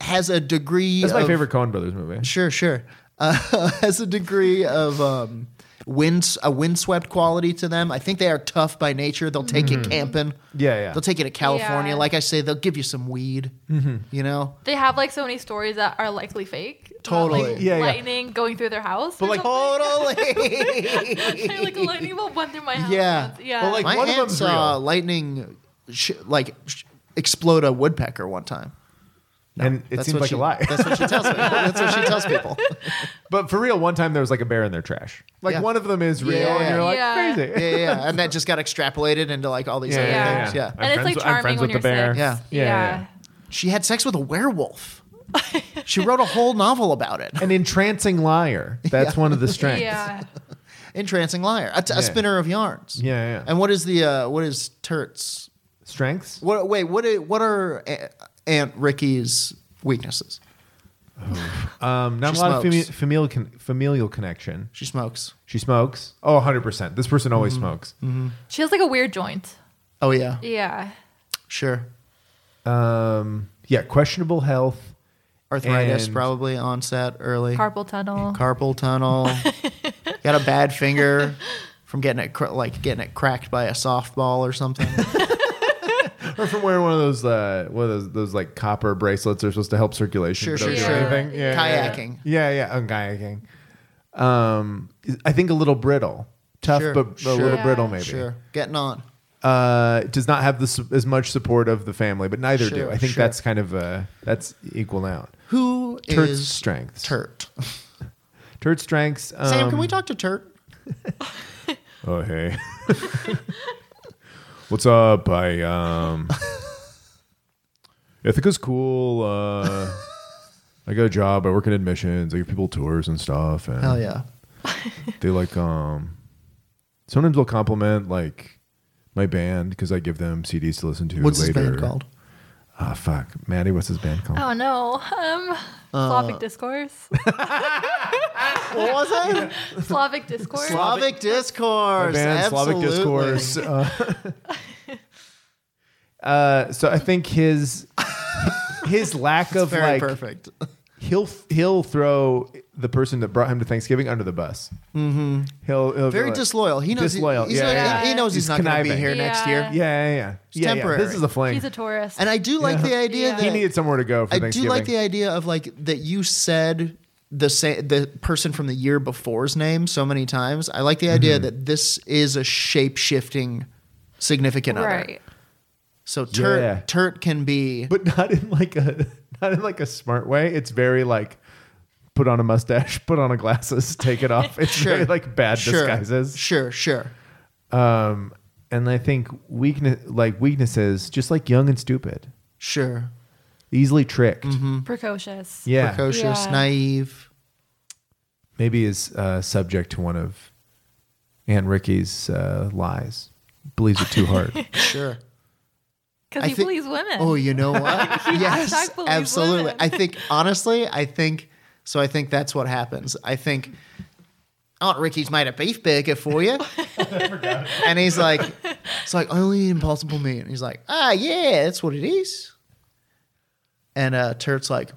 S2: has a degree.
S3: That's my
S2: of-
S3: favorite Coen Brothers movie.
S2: Sure, sure. Uh, has a degree of um, wind a windswept quality to them. I think they are tough by nature. They'll take you camping.
S3: Mm-hmm. Yeah, yeah.
S2: They'll take you to California.
S1: Yeah.
S2: Like I say, they'll give you some weed.
S3: Mm-hmm.
S2: You know.
S1: they have like so many stories that are likely fake. about,
S2: Totally.
S1: like,
S3: Yeah, yeah.
S1: lightning going through their house.
S3: But,
S1: or
S3: like,
S1: something.
S2: Totally.
S1: like a lightning bolt went through my house.
S2: Yeah.
S1: Yeah.
S3: But, like,
S2: My
S3: one of
S2: aunt
S3: them's
S2: saw
S3: real.
S2: lightning, sh- like sh- explode a woodpecker one time.
S3: and it
S2: That's
S3: seems
S2: what
S3: like
S2: she-
S3: a lie.
S2: That's what she tells me. That's what she tells people.
S3: But for real, one time there was like a bear in their trash. Like
S2: Yeah.
S3: one of them is real,
S2: Yeah.
S3: and you're like
S1: Yeah.
S3: crazy.
S2: Yeah, yeah, yeah, and that just got extrapolated into like all these
S3: Yeah,
S2: other
S1: yeah,
S2: things.
S3: yeah.
S2: Yeah.
S3: I'm
S1: and it's
S3: friends
S1: like
S3: with- I'm
S1: charming
S3: friends
S1: when
S3: with
S1: you're
S3: the bear.
S1: six.
S2: Yeah.
S3: Yeah, yeah,
S2: She had sex with a werewolf. she wrote a whole novel about it.
S3: An entrancing liar. That's one of the
S1: Yeah.
S3: strengths.
S1: Yeah.
S2: Entrancing liar, a, t- a
S3: Yeah.
S2: spinner of yarns.
S3: Yeah, yeah.
S2: And what is the uh, what is Turt's?
S3: Strengths?
S2: What wait? What i- what are A- Aunt Ricky's weaknesses?
S3: Um, not
S2: She
S3: a lot of
S2: smokes.
S3: fami- familial con- familial connection.
S2: She smokes.
S3: She smokes. Oh, 100%. This person always
S2: Mm-hmm.
S3: smokes.
S1: She has like a weird joint.
S2: Oh yeah,
S1: Yeah.
S2: sure.
S3: Um, yeah, questionable health.
S2: Arthritis
S3: And-
S2: probably onset early.
S1: Carpal tunnel.
S2: Carpal tunnel. Got a bad finger from getting it cr- like getting it cracked by a softball or something.
S3: Or from wearing one of those uh, one of those, those like copper bracelets that are supposed to help
S2: Sure,
S3: circulation. but don't
S2: sure,
S3: do
S2: sure.
S3: anything. Yeah,
S2: Kayaking.
S3: Yeah, yeah, yeah. Oh, kayaking. Um, I think a little brittle. Tough,
S2: Sure,
S3: but
S2: sure.
S3: a little
S1: Yeah.
S3: brittle maybe.
S2: sure, getting on.
S3: uh, does not have the, su- as much support of the family, but neither do.
S2: Sure,
S3: I think
S2: sure.
S3: that's kind of uh, that's equal out.
S2: Who is
S3: Turt's strengths.
S2: Turt.
S3: Turd strengths. Um,
S2: Sam, can we talk to Turt?
S3: Oh hey, what's up? I um, Ithaca's cool. Uh, I got a job. I work in admissions. I give people tours and stuff. And
S2: Hell yeah.
S3: they like um sometimes they'll compliment like my band because I give them CDs to listen to.
S2: What's
S3: later.
S2: his band called?
S3: Ah fuck, Maddie. What's his band called?
S1: Oh no. Um
S2: Uh,
S1: Slavic discourse.
S2: What was it?
S1: Slavic discourse.
S2: Slavic Discourse.
S3: band Slavic
S2: absolutely.
S3: discourse. Uh, uh, so I think his his lack of
S2: Very
S3: like
S2: perfect.
S3: he'll he'll throw the person that brought him to Thanksgiving under the bus. Mm-hmm. He'll, he'll be
S2: Very
S3: like-
S2: disloyal. He knows.
S3: Disloyal.
S2: He's
S3: yeah,
S2: not,
S3: yeah.
S2: He, he knows he's,
S3: He's
S2: not going to be
S3: conniving.
S2: here next year.
S3: Yeah, yeah, yeah. yeah, yeah. This
S2: temporary.
S3: is a fling.
S1: He's a tourist.
S2: And I do like
S3: Yeah.
S2: the idea
S1: Yeah.
S2: that
S3: he needed somewhere to go for
S2: I do
S3: Thanksgiving.
S2: like the idea of like that you said the sa- the person from the year before's name so many times. I like the
S3: Mm-hmm.
S2: idea that this is a shape shifting significant other.
S1: right.
S2: So Turt
S3: Yeah.
S2: Turt can be
S3: but not in like a not in like a smart way. It's very like put on a mustache, put on a glasses, take it off. It's
S2: Sure.
S3: very like bad
S2: sure,
S3: disguises.
S2: Sure, sure.
S3: Um, and I think weakness like weaknesses, just like young and stupid,
S2: Sure.
S3: easily tricked.
S2: Mm-hmm. Mm.
S1: Precocious.
S3: Yeah,
S2: Precocious,
S1: Yeah.
S2: naive.
S3: maybe is uh, subject to one of Aunt Ricky's uh, lies. Believes it too hard.
S2: Sure.
S1: Because
S2: I
S1: he
S2: thi-
S1: believes women.
S2: Oh, you know what? yes,
S1: Hashtag believes
S2: absolutely.
S1: women.
S2: I think honestly, I think so. I think that's what happens. I think Aunt Ricky's made a beef burger for you, and he's like, "It's like I only eat Impossible meat." And he's like, "Ah, yeah, that's what it is." And uh, Turt's like,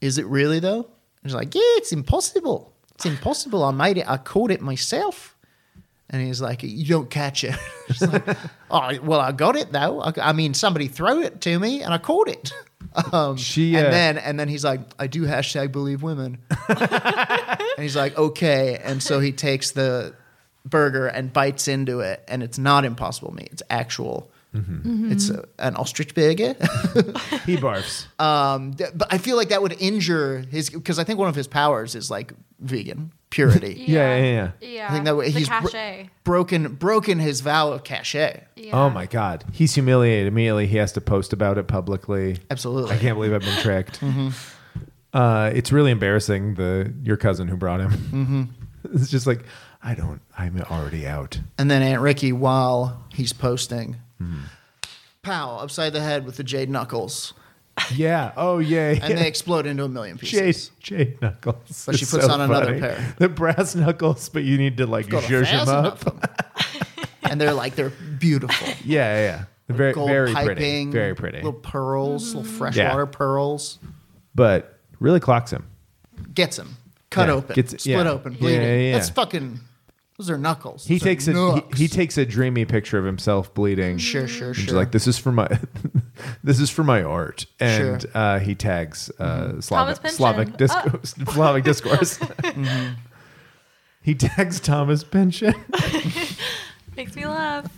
S2: "Is it really though?" And he's like, "Yeah, it's impossible. It's impossible. I made it. I caught it myself." And he's like, "You don't catch it." It's like, oh, well, I got it though. I, I mean, somebody threw it to me, and I caught it. Um,
S3: She, uh,
S2: and then and then he's like, "I do hashtag believe women." and he's like, "Okay." And so he takes the burger and bites into it, and it's not impossible meat. It's actual.
S3: Mm-hmm.
S2: It's a, an ostrich burger.
S3: he barfs.
S2: Um, th- but I feel like that would injure his because I think one of his powers is like vegan purity.
S3: Yeah, yeah, yeah.
S1: Yeah.
S2: I think that way
S1: the
S2: he's bro-
S1: cachet.
S2: broken broken his vow of cachet.
S1: yeah.
S3: Oh my God. He's humiliated immediately. He has to post about it publicly. I
S2: Absolutely. Mm-hmm.
S3: can't believe I've been tricked. Uh, it's really embarrassing. The your cousin who brought him.
S2: Mm-hmm.
S3: It's just like I don't. I'm already out.
S2: And then Aunt Ricky, while he's posting,
S3: Mm-hmm.
S2: pow upside the head with the jade knuckles,
S3: Yeah. Oh yeah.
S2: and
S3: yeah.
S2: they explode into a million pieces.
S3: Jade, Jade knuckles.
S2: But she
S3: It's
S2: puts on another pair.
S3: The brass knuckles, but you need to like
S2: Got a
S3: zhuzh them
S2: thousand
S3: up.
S2: of them. and they're like they're beautiful.
S3: Yeah, yeah, yeah. They're Very,
S2: Gold
S3: very
S2: piping,
S3: pretty. Very pretty.
S2: Little pearls, little
S1: Mm-hmm.
S2: freshwater pearls.
S3: But really clocks him.
S2: gets him cut
S3: Yeah,
S2: open,
S3: gets-
S2: split
S3: yeah.
S2: open,
S3: Yeah,
S2: bleeding.
S3: yeah, yeah.
S2: That's fucking. Those are knuckles.
S3: He
S2: Those are
S3: takes a
S2: nooks.
S3: he, he takes a dreamy picture of himself bleeding.
S2: Sure, sure,
S3: And He's
S2: sure.
S3: like, this is for my, this is for my art, and
S2: Sure. Mm-hmm.
S3: uh, he tags uh, Slavic,
S1: Thomas Pynchon. Ah.
S3: Slavic discourse. Slavic discourse.
S2: Mm-hmm.
S3: He tags Thomas Pynchon.
S1: Makes me laugh.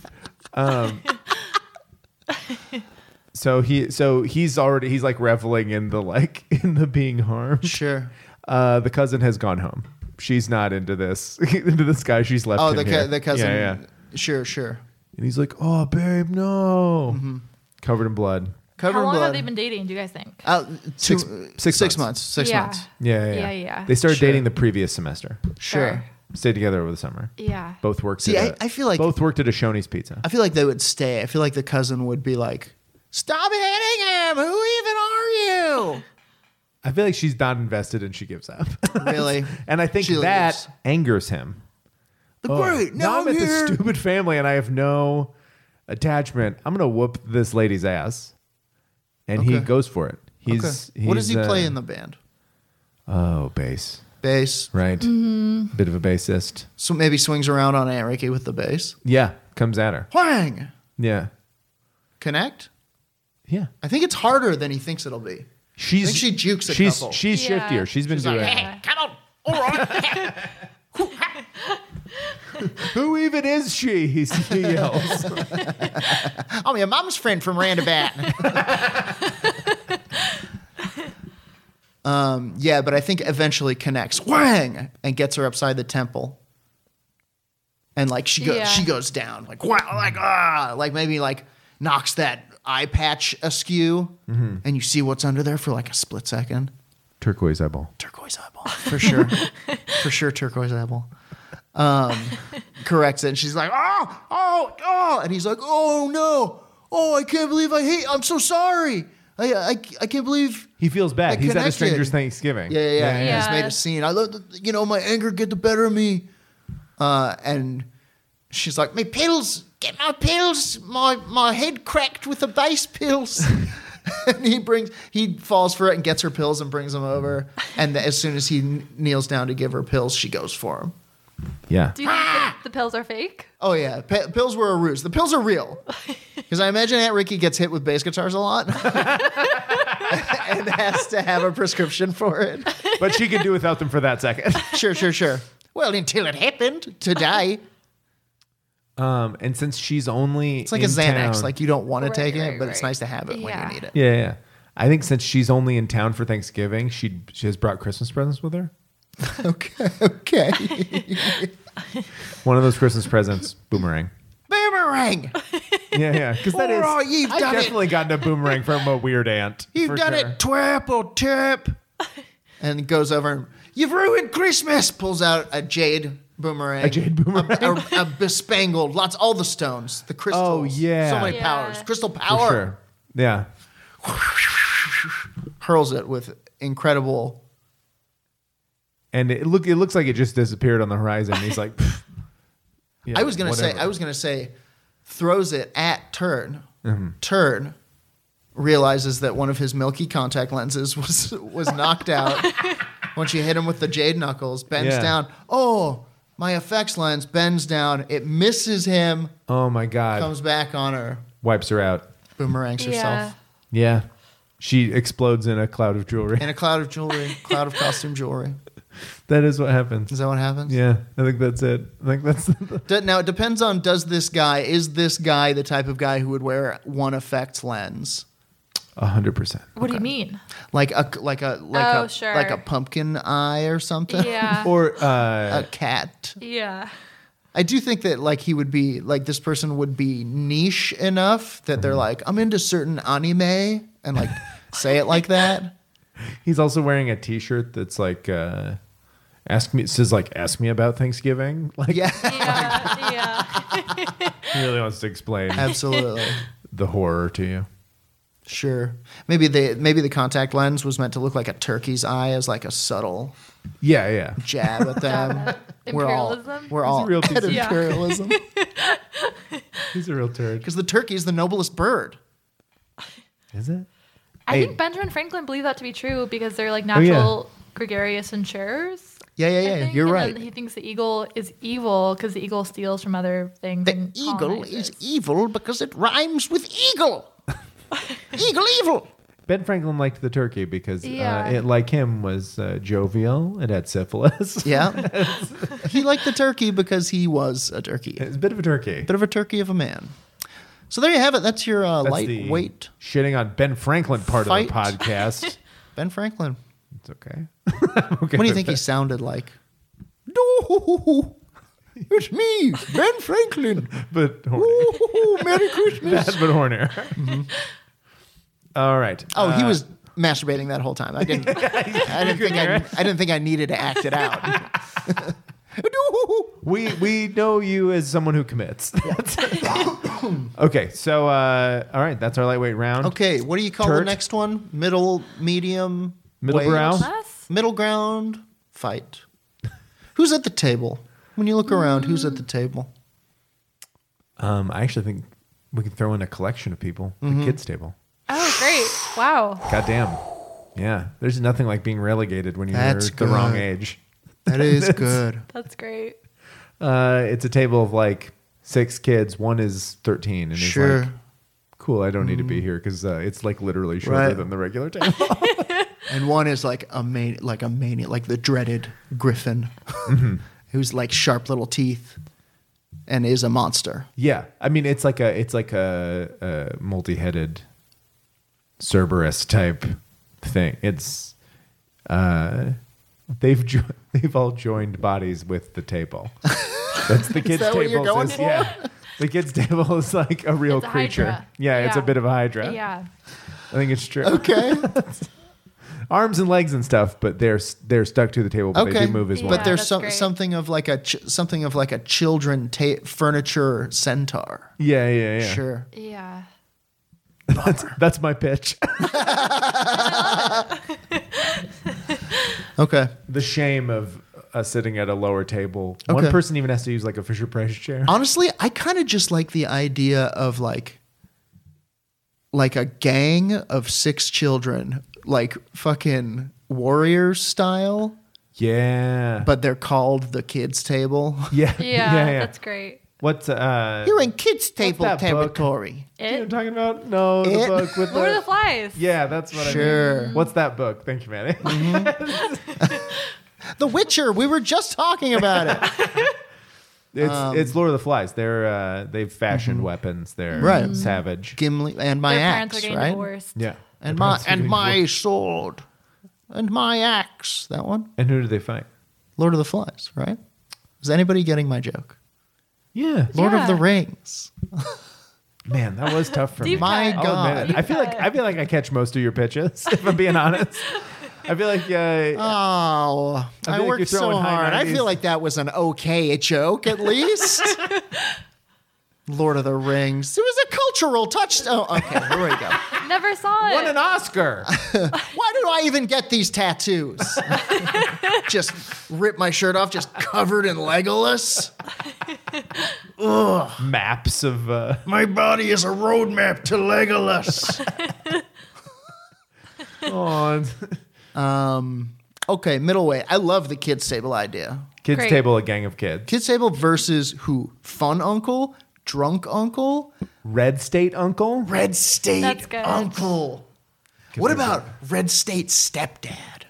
S3: So he so he's already he's like reveling in the like in the being harmed.
S2: sure.
S3: Uh, the cousin has gone home. She's not into this into this guy. She's left.
S2: Oh,
S3: him
S2: the
S3: here.
S2: cou- the cousin.
S3: Yeah, yeah.
S2: Sure, sure.
S3: And he's like, oh babe, no,
S2: Mm-hmm.
S3: covered in blood.
S2: Covered
S1: How long
S2: blood.
S1: have they been dating? Do you guys think?
S2: Uh,
S3: Six-
S2: two-
S3: six months.
S2: Six
S1: Yeah.
S2: months.
S3: Yeah, yeah,
S1: Yeah, yeah.
S3: They started
S2: Sure.
S3: dating the previous semester.
S2: Sure.
S1: Sure.
S3: Stayed together over the summer.
S1: Yeah.
S3: Both worked.
S2: See,
S3: at
S2: I-
S3: a-
S2: I feel like-
S3: both worked at a Shoney's Pizza.
S2: I feel like they would stay. I feel like the cousin would be like, "Stop hitting him! Who even are you?"
S3: I feel like she's not invested and she gives up.
S2: Really?
S3: and I think
S2: She
S3: that
S2: leaves.
S3: angers him.
S2: The great.
S3: Oh, now
S2: Now
S3: I'm
S2: I'm
S3: at
S2: here.
S3: this stupid family and I have no attachment. I'm gonna whoop this lady's ass, and he
S2: Okay.
S3: goes for it. He's,
S2: Okay. what does he
S3: he's, uh,
S2: play in the band?
S3: Oh, bass.
S2: Bass.
S3: Right.
S2: Mm-hmm.
S3: Bit of a bassist.
S2: So maybe swings around on Aunt Ricky with the bass.
S3: Yeah. Comes at her.
S2: Whang!
S3: Yeah.
S2: Connect.
S3: Yeah.
S2: I think it's harder than he thinks it'll be.
S3: She's
S2: think she jukes a
S3: she's
S2: couple.
S3: she's
S1: Yeah.
S3: shiftier. She's been doing. it.
S2: Come on. All right.
S3: Who even is she? He yells.
S2: I'm your mom's Oh, friend from Randabat. um, yeah, but I think eventually connects whang and gets her upside the temple. And like she goes
S1: Yeah.
S2: she goes down like wow like ah like maybe like knocks that eye patch askew and you see what's under there for like a split second.
S3: Turquoise eyeball.
S2: turquoise eyeball for sure for sure turquoise eyeball um corrects it and she's like oh oh oh and he's like oh no oh i can't believe i hate i'm so sorry i i, I can't believe
S3: He feels bad.
S2: I
S3: He's at a
S2: connected.
S3: stranger's Thanksgiving.
S2: yeah yeah, yeah.
S1: yeah.
S2: he's made a scene i let the- you know my anger get the better of me uh and she's like my pills get my pills my my head cracked with the base pills and he brings he falls for it and gets her pills and brings them over. And th- as soon as he kn- kneels down to give her pills, she goes for him.
S3: Yeah.
S1: Do you think
S2: Ah!
S1: that the pills are fake?
S2: Oh yeah, P- pills were a ruse. The pills are real, because I imagine Aunt Ricky gets hit with bass guitars a lot, and has to have a prescription for it.
S3: But she could do without them for that second.
S2: Sure, sure, sure. Well, until it happened to die,
S3: Um, and since she's only
S2: it's like
S3: in
S2: a Xanax.
S3: town-
S2: Like you don't want
S1: Right,
S2: to take it,
S1: right,
S2: but it's
S1: right.
S2: nice to have it when
S1: Yeah.
S2: you need it.
S3: yeah, yeah. I think since she's only in town for Thanksgiving, she she has brought Christmas presents with her.
S2: Okay, okay.
S3: One of those Christmas presents, boomerang.
S2: Boomerang.
S3: Yeah, yeah. Because that is-
S2: Alright, you've
S3: I've
S2: done it.
S3: definitely gotten a boomerang from a weird aunt.
S2: You've
S3: for
S2: done
S3: sure.
S2: it, twerple twerp. and goes over and you've ruined Christmas. Pulls out a jade boomerang.
S3: A jade boomerang.
S2: A, a- a bespangled, lots, all the stones, the crystals.
S3: Oh, yeah.
S2: So many
S1: Yeah.
S2: powers. Crystal
S3: For
S2: power.
S3: sure. Yeah.
S2: Hurls it with incredible.
S3: And it look it looks like it just disappeared on the horizon. He's like, "Pff, yeah,
S2: I was gonna say.
S3: whatever."
S2: I was gonna say, throws it at turn.
S3: Mm-hmm.
S2: Turn realizes that one of his milky contact lenses was was knocked out when she hit him with the jade knuckles. Bends
S3: Yeah.
S2: down. Oh, my effects lens bends down. It misses him.
S3: Oh my god.
S2: Comes back on her.
S3: Wipes her out.
S2: Boomerangs herself
S3: Yeah. She explodes in a cloud of jewelry.
S2: in a cloud of jewelry, cloud of costume jewelry.
S3: that is what happens.
S2: Is that what happens?
S3: Yeah, I think that's it. I think that's
S2: Do- Now it depends on does this guy is this guy the type of guy who would wear one effects lens?
S3: hundred percent.
S1: What do you mean?
S2: like a like a like
S1: Oh,
S2: a
S1: sure.
S2: like a pumpkin eye or something.
S1: Yeah.
S3: Or uh,
S2: a cat.
S1: yeah.
S2: I do think that like he would be like this person would be niche enough that
S3: Mm-hmm.
S2: they're like I'm into certain anime and like say it like that.
S3: he's also wearing a T-shirt that's like, uh, "Ask me." It says like, "Ask me about Thanksgiving." Like,
S2: Yeah,
S1: Yeah. yeah.
S3: he really wants to explain
S2: absolutely.
S3: the horror to you.
S2: Sure. Maybe the maybe the contact lens was meant to look like a turkey's eye as like a subtle
S3: Yeah, yeah.
S2: jab at them. We're all
S1: Imperialism?
S2: we're all
S3: real piece
S2: at
S3: of-
S1: Yeah.
S2: imperialism
S3: He's a real turd.
S2: because the turkey is the noblest bird.
S3: Is it?
S1: I
S3: Hey.
S1: think Benjamin Franklin believed that to be true because they're like
S3: yeah.
S1: natural gregarious and sharers.
S2: Yeah, Oh, yeah,
S1: I
S2: yeah.
S1: think,
S2: You're
S1: and
S2: right.
S1: then He thinks the eagle is evil because the eagle steals from other things.
S2: The
S1: and
S2: eagle is
S1: colonizes.
S2: e- evil because it rhymes with eagle. eagle evil.
S3: Ben Franklin liked the turkey because
S1: Yeah.
S3: uh, it, like him, was uh, jovial. It had syphilis.
S2: Yeah. he liked the turkey because he was a turkey.
S3: it's a bit of a turkey.
S2: Bit of a turkey of a man. So there you have it. That's your uh,
S3: That's the
S2: lightweight
S3: shitting on Ben Franklin part
S2: Fight.
S3: of the podcast.
S2: Ben Franklin.
S3: it's okay.
S2: What do you think he sounded like? No, it's me, Ben Franklin.
S3: But horny.
S2: Ooh, Merry Christmas.
S3: Bad, but hornier. All right.
S2: Oh, he
S3: Uh,
S2: was masturbating that whole time. I didn't. I didn't think I, I didn't think I needed to act it out.
S3: Uh, We we know you as someone who commits. okay, so uh, all right, that's our lightweight round.
S2: Okay, what do you call the
S3: Turt.
S2: next one? Middle, medium,
S3: Middle
S2: weight?
S3: brow?
S1: Us?
S2: middle ground, fight. Who's at the table? When you look around, who's at the table?
S3: Um, I actually think we can throw in a collection of people.
S2: Mm-hmm.
S3: The kids table.
S1: Oh, great. Wow.
S3: Goddamn. Yeah, there's nothing like being relegated when you're
S2: That's
S3: the wrong
S2: good.
S3: age.
S2: That is good.
S1: That's great.
S3: Uh, it's a table of like six kids. One is 13 and
S2: Sure. Mm-hmm.
S3: is like, cool, I don't need to be here because uh, it's like literally shorter
S2: Right.
S3: than the regular table.
S2: And one is like a man, like a maniac, like the dreaded griffin,
S3: Mm-hmm.
S2: who's like sharp little teeth, and is a monster.
S3: Yeah, I mean it's like a it's like a, a multi-headed Cerberus type thing. It's uh, they've jo- they've all joined bodies with the table. That's the kids
S2: that
S3: table.
S2: what you're going
S3: is-
S2: for?
S3: Yeah, the kids table is like a real
S1: It's a
S3: creature.
S1: hydra.
S3: Yeah, it's a
S1: Yeah.
S3: bit of a hydra.
S1: Yeah.
S3: I think it's true.
S2: Okay,
S3: Arms and legs and stuff, but they're s- they're stuck to the table. But
S2: okay.
S3: they do move as
S1: Yeah.
S3: one.
S2: But there's
S1: that's
S2: some,
S1: great.
S2: something of like a ch- something of like a children ta- furniture centaur.
S3: yeah, yeah, yeah.
S2: Sure.
S1: Yeah.
S3: That's that's my pitch.
S2: Okay.
S3: the shame of us sitting at a lower table.
S2: Okay.
S3: One person even has to use like a Fisher Price chair.
S2: honestly, I kind of just like the idea of like like a gang of six children, like fucking warriors style,
S3: Yeah.
S2: but they're called the kids table.
S3: yeah.
S1: Yeah, that's great.
S3: What? Uh,
S2: You're in kids table
S3: that book?
S2: territory.
S3: you know what I'm
S1: It,
S3: talking about? No, the
S2: It-
S3: book with
S1: Lord
S3: the,
S1: of the Flies.
S3: Yeah, that's what I
S2: Sure. Mm-hmm.
S3: mean. What's that book? Thank you, Manny.
S2: The Witcher. We were just talking about it.
S3: it's
S2: Um,
S3: it's Lord of the Flies. They're uh, they've fashioned weapons. They're
S2: Mm-hmm. Right.
S3: savage.
S2: Gimli and my
S1: Their parents are
S2: axe,
S1: getting
S2: right?
S1: divorced.
S3: yeah.
S2: And
S3: The
S2: my
S3: prince who
S2: and
S3: did-
S2: my sword, and my axe. That one,
S3: And who do they fight?
S2: Lord of the Flies, right? Is anybody getting my joke?
S3: Yeah.
S2: Lord of the
S1: Yeah.
S2: Rings.
S3: Man, that was tough for me.
S1: Deep
S2: My
S1: cut.
S3: I'll
S2: God.
S3: admit it. I feel like I feel like I catch most of your pitches. If I'm being honest, I feel like
S2: Oh,
S3: uh, I feel
S2: I,
S3: like you're
S2: worked so
S3: throwing high
S2: hard. I
S3: 90s.
S2: feel like that was an okay joke, at least. Lord of the Rings. It was a cultural touchstone. Oh, Okay, here we go.
S1: Never saw it.
S3: won an Oscar.
S2: Why do I even get these tattoos? just rip my shirt off, just covered in Legolas.
S3: Maps of uh,
S2: My body is a roadmap to Legolas.
S3: on
S2: okay, middle way. I love the kids table idea.
S3: kids
S1: Great.
S3: table, a gang of kids.
S2: Kids table versus who? Fun uncle, drunk uncle,
S3: Red state uncle.
S2: red state
S1: That's good.
S2: uncle. What about red state stepdad?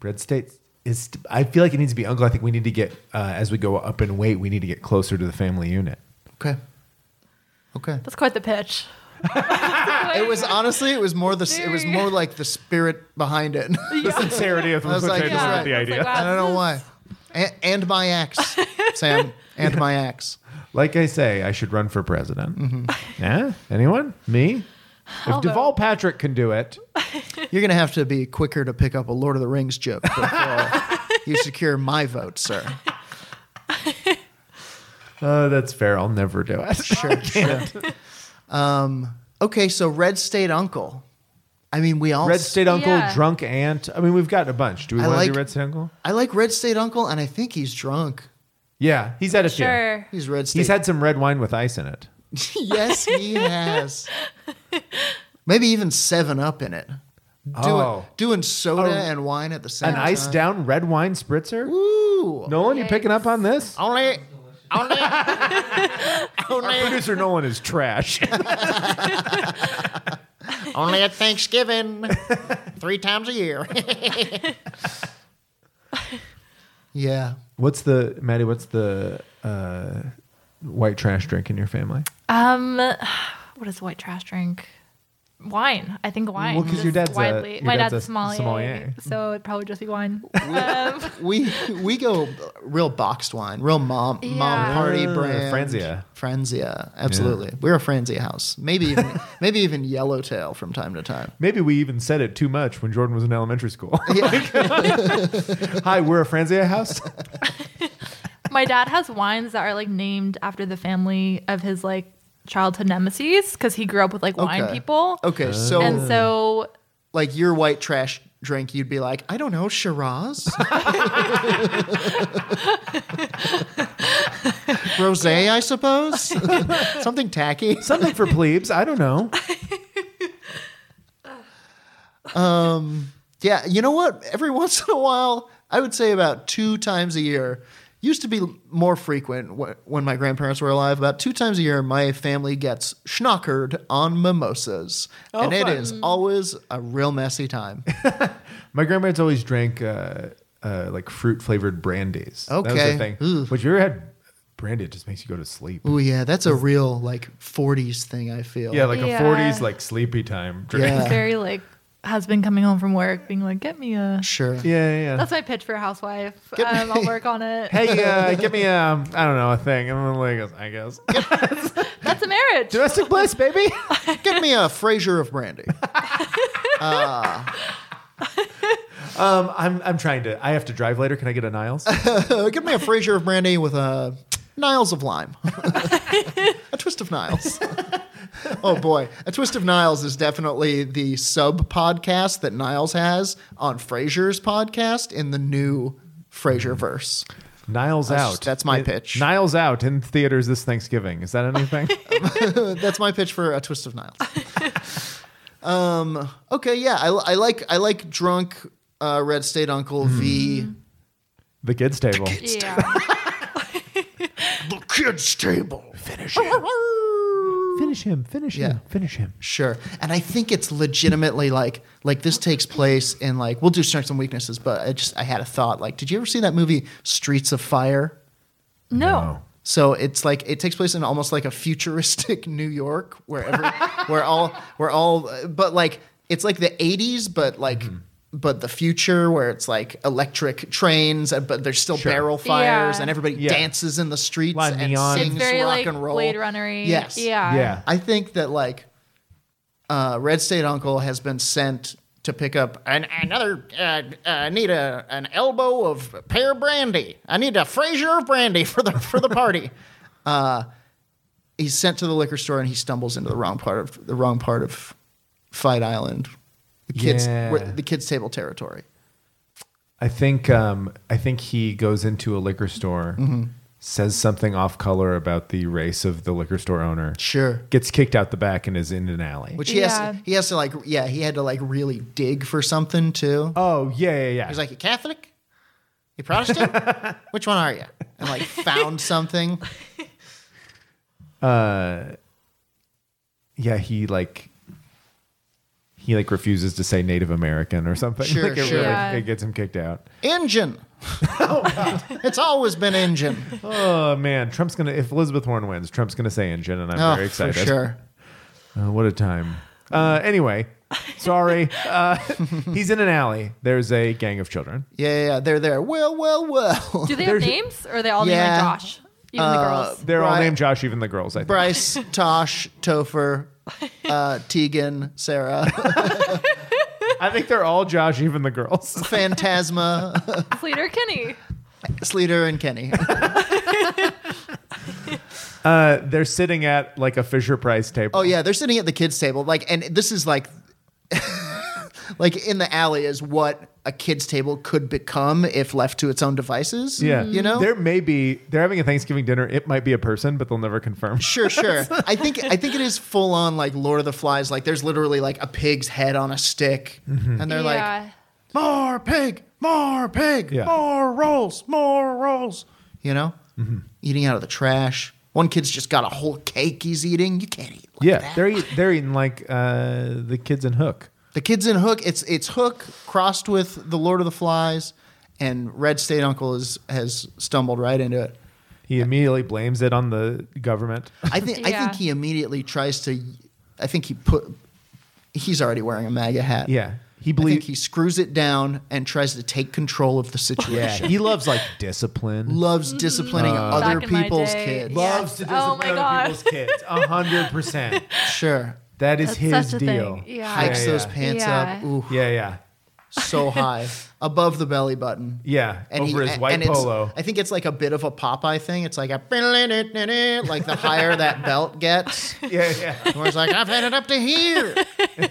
S3: Red state is. I feel like it needs to be uncle. I think we need to get uh, as we go up in weight. We need to get closer to the family unit.
S2: Okay. Okay.
S1: That's quite the pitch.
S2: It was honestly, it was more the, it was more like the spirit behind it.
S3: The sincerity of the,
S2: was like, yeah.
S3: the
S1: It's like,
S3: idea.
S2: I
S1: wow,
S2: don't know why. And, and my axe, Sam. And my axe.
S3: Like I say, I should run for president.
S2: Mm-hmm.
S3: Yeah? Anyone? Me? if
S1: vote.
S3: Deval Patrick can do it,
S2: You're gonna have to be quicker to pick up a Lord of the Rings joke before you secure my vote, sir.
S3: uh, that's fair. I'll never do it.
S2: Sure, sure. Um, okay, so Red State Uncle. I mean, we all.
S3: Red State Uncle,
S1: Yeah.
S3: Drunk Aunt. I mean, we've got a bunch. Do we
S2: I
S3: want to
S2: like-
S3: do Red State Uncle?
S2: I like Red State Uncle, and I think he's drunk.
S3: Yeah, he's had a few.
S1: Sure.
S2: He's Red State.
S3: He's had some red wine with ice in it.
S2: yes, he has. Maybe even Seven Up in it. Doing,
S3: Oh.
S2: doing soda and wine at the same
S3: An
S2: time.
S3: ice down red wine spritzer?
S2: Ooh.
S3: Nolan, you picking up on this?
S2: Only, only, only,
S3: Producer Nolan is trash.
S2: only at Thanksgiving, three times a year. yeah.
S3: what's the Maddie? What's the uh, white trash drink in your family?
S1: Um, what is a white trash drink? Wine. I think wine.
S3: Well, 'cause your
S1: Just
S3: dad's a-
S1: widely.
S3: your
S1: my
S3: dad's
S1: dad's,
S3: a
S1: a sommelier,
S3: sommelier.
S1: so it'd probably just be wine. um,
S2: We we go real boxed wine, real mom mom
S1: Yeah.
S2: party
S3: Ah,
S2: brand.
S3: Franzia.
S2: Franzia, absolutely. We're a Franzia house. Maybe even maybe even Yellowtail from time to time.
S3: Maybe we even said it too much when Jordan was in elementary school.
S2: Yeah.
S3: Hi, we're a Franzia house.
S1: my dad has wines that are like named after the family of his like childhood nemesis because he grew up with like wine
S2: Okay.
S1: people.
S2: Okay, so,
S1: And so
S3: Oh.
S2: like your white trash drink, you'd be like, I don't know, Shiraz, rosé, I suppose, something tacky.
S3: Something for plebes. I don't know.
S2: Yeah, you know what? Every once in a while, I would say about two times a year. Used to be more frequent wh- when my grandparents were alive. About two times a year, my family gets schnockered on mimosas, and it
S3: Oh, fun.
S2: is always a real messy time.
S3: My grandparents always drank uh, uh, like fruit flavored brandies. That was
S2: Okay.
S3: the thing.
S2: Ooh.
S3: But you ever had brandy? It just makes you go to sleep.
S2: Oh yeah, that's a real like '40s thing. I feel.
S3: Yeah, like
S1: Yeah.
S3: a 40s like sleepy time drink.
S2: Yeah.
S1: very like husband coming home from work being like, get me a.
S2: sure.
S3: Yeah, yeah. yeah.
S1: That's my pitch for housewife. Um, I'll work on it.
S3: Hey, uh, give me a, I don't know, a thing. And I'm like, I guess.
S1: That's a marriage.
S3: Domestic bliss, baby.
S2: Give me a Fraser of brandy.
S3: Um, I'm, I'm trying to, I have to drive later. Can I get a Niles?
S2: Uh, give me a Fraser of brandy with a Niles of lime. a twist of Niles. oh boy, a twist of Niles is definitely the sub podcast that Niles has on Fraser's podcast in the new Fraser verse.
S3: Niles
S2: That's-
S3: out.
S2: that's my
S3: It-
S2: pitch.
S3: Niles out in theaters this Thanksgiving. Is that anything?
S2: Uh, That's my pitch for a twist of Nile. um, okay, yeah, I, I like I like drunk uh, red state uncle v
S3: the kids table.
S1: Yeah.
S2: the kids table. Finish
S3: Finish him. Finish
S2: Yeah.
S3: him. Finish him.
S2: Sure, and I think it's legitimately like like this takes place in like we'll do strengths and weaknesses, but I just I had a thought like, did you ever see that movie Streets of Fire?
S1: No.
S2: So it's like it takes place in almost like a futuristic New York where every, where all where all but like it's like the 80s but like
S3: Mm-hmm.
S2: but the future where it's like electric trains and but there's still barrel fires
S1: Yeah.
S2: and everybody
S3: Yeah.
S2: dances in the streets
S3: Lot of
S2: and
S3: neon.
S2: sings
S1: It's very
S2: rock
S1: like
S2: and roll.
S1: Blade Runnery.
S2: Yes.
S1: Yeah.
S3: Yeah.
S2: I think that like uh, Red State Uncle has been sent to pick up an, another. Uh, I need a an elbow of pear brandy. I need a Fraser of brandy for the for the party. uh, he's sent to the liquor store and he stumbles into the wrong part of the wrong part of Fight Island, the kids
S3: Yeah.
S2: where- the kids table territory.
S3: I think um, I think he goes into a liquor store,
S2: Mm-hmm.
S3: says something off color about the race of the liquor store owner,
S2: Sure.
S3: gets kicked out the back and is in an alley.
S2: Which he
S1: Yeah.
S2: has to, he has to like yeah he had to like really dig for something too.
S3: oh yeah yeah yeah.
S2: He's like, You Catholic? You Protestant? Which one are you? And like found something.
S3: yeah he like he like refuses to say Native American or something.
S2: Sure,
S3: like, it
S2: sure.
S3: really-
S1: Yeah.
S3: it gets him kicked out.
S2: Engine. it's always been engine.
S3: Oh man, Trump's gonna if Elizabeth Warren wins, Trump's gonna say engine, and I'm
S2: Oh,
S3: very excited.
S2: for sure.
S3: Uh, what a time. Uh, anyway, sorry. Uh, he's in an alley. There's a gang of children.
S2: Yeah, yeah, yeah, they're there. Well, well, well.
S1: Do they have names or are they all named
S2: Yeah.
S1: like
S2: Uh,
S1: Josh? Even the girls.
S3: They're all
S2: Right.
S3: named Josh, even the girls. I think.
S2: Bryce, Tosh, Topher, uh, Tegan, Sarah,
S3: I think they're all Josh, even the girls.
S2: Phantasma,
S1: Slater Kinney.
S2: Sleater, and Kenny.
S3: Uh, they're sitting at like a Fisher Price table.
S2: Oh yeah, they're sitting at the kids' table. Like, and this is like, like in the alley is what a kids' table could become if left to its own devices.
S3: yeah.
S2: you know,
S3: there may be they're having a Thanksgiving dinner. It might be a person, but they'll never confirm.
S2: Sure, sure. I think I think it is full on like Lord of the Flies. Like there's literally like a pig's head on a stick,
S3: Mm-hmm.
S2: and they're like
S1: yeah.
S2: more pig, more pig,
S3: Yeah.
S2: more rolls, more rolls. You know,
S3: Mm-hmm.
S2: eating out of the trash. One kid's just got a whole cake he's eating. You can't eat. Like
S3: yeah,
S2: that.
S3: they're eat, they're eating like uh, the kids in Hook.
S2: the kids in Hook. It's it's Hook crossed with the Lord of the Flies, and Red State Uncle is has stumbled right into it.
S3: He immediately blames it on the government.
S2: I think I
S1: Yeah.
S2: think he immediately tries to. I think he put. He's already wearing a MAGA hat.
S3: Yeah, he
S2: I think
S3: believes
S2: he screws it down and tries to take control of the situation.
S3: he loves like discipline.
S2: Loves disciplining
S3: Uh,
S1: Mm.
S2: other
S1: Back in my
S2: people's
S1: day,
S2: kids.
S1: yeah.
S3: loves to
S1: Oh my
S3: discipline
S1: God.
S3: other people's kids. A hundred percent.
S2: Sure.
S3: That is
S1: That's
S3: his
S1: such a
S3: deal.
S1: thing. Yeah.
S2: Hikes
S3: yeah,
S2: those
S3: yeah.
S2: pants up.
S1: Yeah.
S2: Ooh,
S3: Yeah, yeah,
S2: so high. Above the belly button.
S3: yeah. Over
S2: he-
S3: his white
S2: and it's-
S3: polo.
S2: I think it's like a bit of a Popeye thing. It's like a like the higher that belt gets,
S3: Yeah, yeah.
S2: where it's like, I've had it up to here.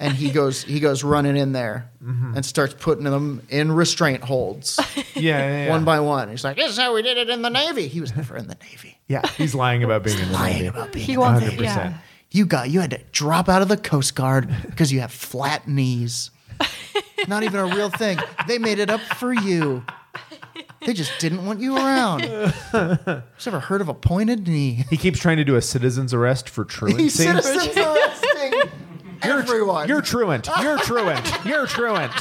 S2: and he goes he goes running in there
S3: Mm-hmm.
S2: and starts putting them in restraint holds.
S3: Yeah, yeah, yeah.
S2: one by one. He's like, "This is how we did it in the Navy." He was never in the Navy.
S3: Yeah, he's lying about being in the
S2: Lying
S3: Navy.
S2: about being.
S1: He
S2: in the
S1: wants
S2: Navy.
S1: it. Yeah.
S3: 100%.
S2: You got you had to drop out of the Coast Guard because you have flat knees. Not even a real thing. They made it up for you. They just didn't want you around. Who's ever heard of a pointed knee?
S3: He keeps trying to do a citizen's arrest for truancy.
S2: These citizens arresting everyone.
S3: You're truant. You're truant. You're truant.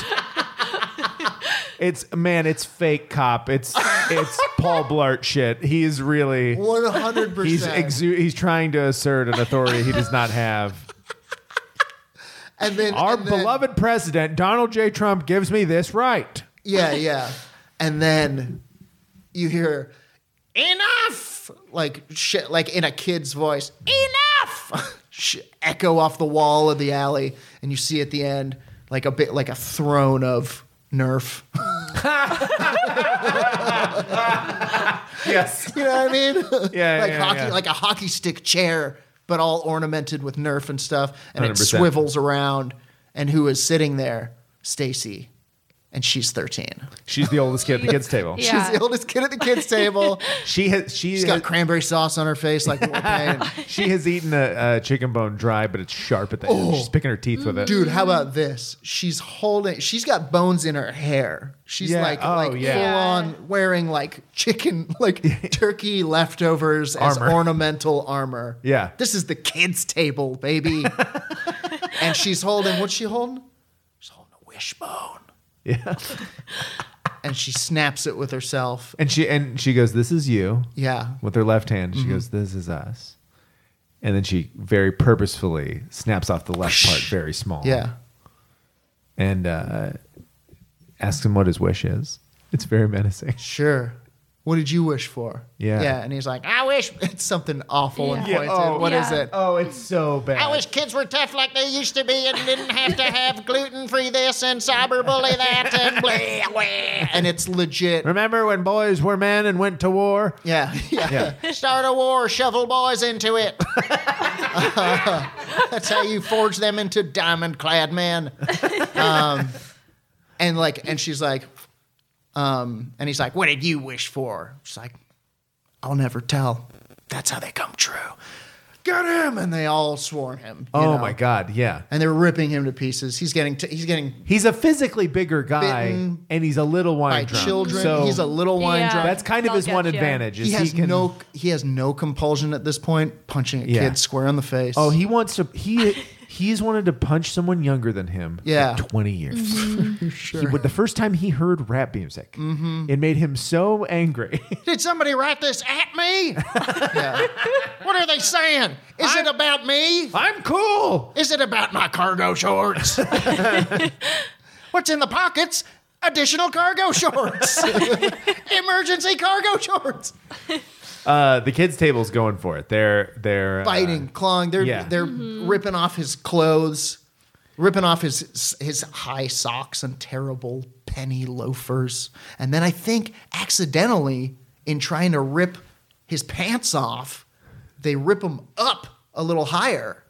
S3: It's man, it's fake cop. It's it's Paul Blart shit. He is really
S2: one hundred percent.
S3: he's exu- he's trying to assert an authority he does not have.
S2: and then
S3: Our
S2: and then-
S3: beloved president Donald J. Trump gives me this right.
S2: Yeah, yeah. And then you hear enough, like shit, like in a kid's voice, enough, Sh- echo off the wall of the alley, and you see at the end like a bit like a throne of Nerf.
S3: Yes.
S2: You know what I mean?
S3: Yeah,
S2: like
S3: yeah,
S2: hockey,
S3: yeah.
S2: like a hockey stick chair, but all ornamented with Nerf and stuff, and it
S3: 100%.
S2: swivels around. And who is sitting there? Stacy. and she's 13.
S3: She's the oldest kid at the kids' table.
S1: Yeah.
S2: She's the oldest kid at the kids' table.
S3: She has she
S2: She's
S3: has,
S2: got cranberry sauce on her face like Lil Wayne.
S3: she has eaten a, a chicken bone dry, but it's sharp at the
S2: Oh.
S3: end. She's picking her teeth with it.
S2: Dude, how about this? She's holding. She's got bones in her hair. She's
S3: Yeah,
S2: like,
S3: oh,
S2: like
S3: yeah.
S2: full on wearing like chicken, like turkey leftovers as
S3: Armor.
S2: ornamental armor.
S3: Yeah.
S2: this is the kids' table, baby. and she's holding. What's she holding? She's holding a wishbone.
S3: Yeah.
S2: And she snaps it with herself.
S3: And she and she goes, "This is you."
S2: Yeah. Mm-hmm.
S3: With her left hand, she goes, "This is us." And then she very purposefully snaps off the left part very small.
S2: Yeah.
S3: And uh, asks him what his wish is. It's very menacing.
S2: Sure. What did you wish for?
S3: Yeah.
S2: Yeah. And he's like, I wish it's something awful and
S1: Yeah.
S2: pointed.
S3: Yeah,
S2: What
S3: oh,
S2: is
S1: yeah.
S2: it?
S3: Oh, it's so bad.
S2: I wish kids were tough like they used to be and didn't have to have gluten free this and cyberbully that and blah, blah. And it's legit.
S3: Remember when boys were men and went to war?
S2: Yeah, yeah. Start a war, shovel boys into it. that's how you forge them into diamond clad men. Um, and like, and she's like, um, and he's like, what did you wish for? She's like, I'll never tell. That's how they come true. Get him! And they all swarm him. you
S3: Oh
S2: know?
S3: my god, yeah.
S2: and they're ripping him to pieces. He's getting t- he's getting
S3: He's a physically bigger guy
S2: Bitten
S3: and he's a little wine
S2: by
S3: drunk.
S2: children.
S3: So
S2: he's a little wine
S1: Yeah.
S2: drunk.
S3: that's kind of
S1: They'll
S3: his one
S1: get ya.
S3: advantage is
S2: he has
S3: can
S2: no he has no compulsion at this point. Punching a
S3: Yeah.
S2: kid square in the face.
S3: Oh, he wants to. He he's wanted to punch someone younger than him. for
S2: Yeah.
S3: twenty years. sure. But the first time he heard rap music,
S2: Mm-hmm.
S3: it made him so angry.
S2: did somebody write this at me? Yeah. What are they saying? Is it about me?
S3: I'm cool.
S2: Is it about my cargo shorts? What's in the pockets? Additional cargo shorts. Emergency cargo shorts.
S3: Uh, the kids' table's going for it. They're they're uh,
S2: biting, clawing. They're
S3: yeah.
S2: they're ripping off his clothes, ripping off his his high socks and terrible penny loafers. And then I think accidentally, in trying to rip his pants off, they rip him up a little higher.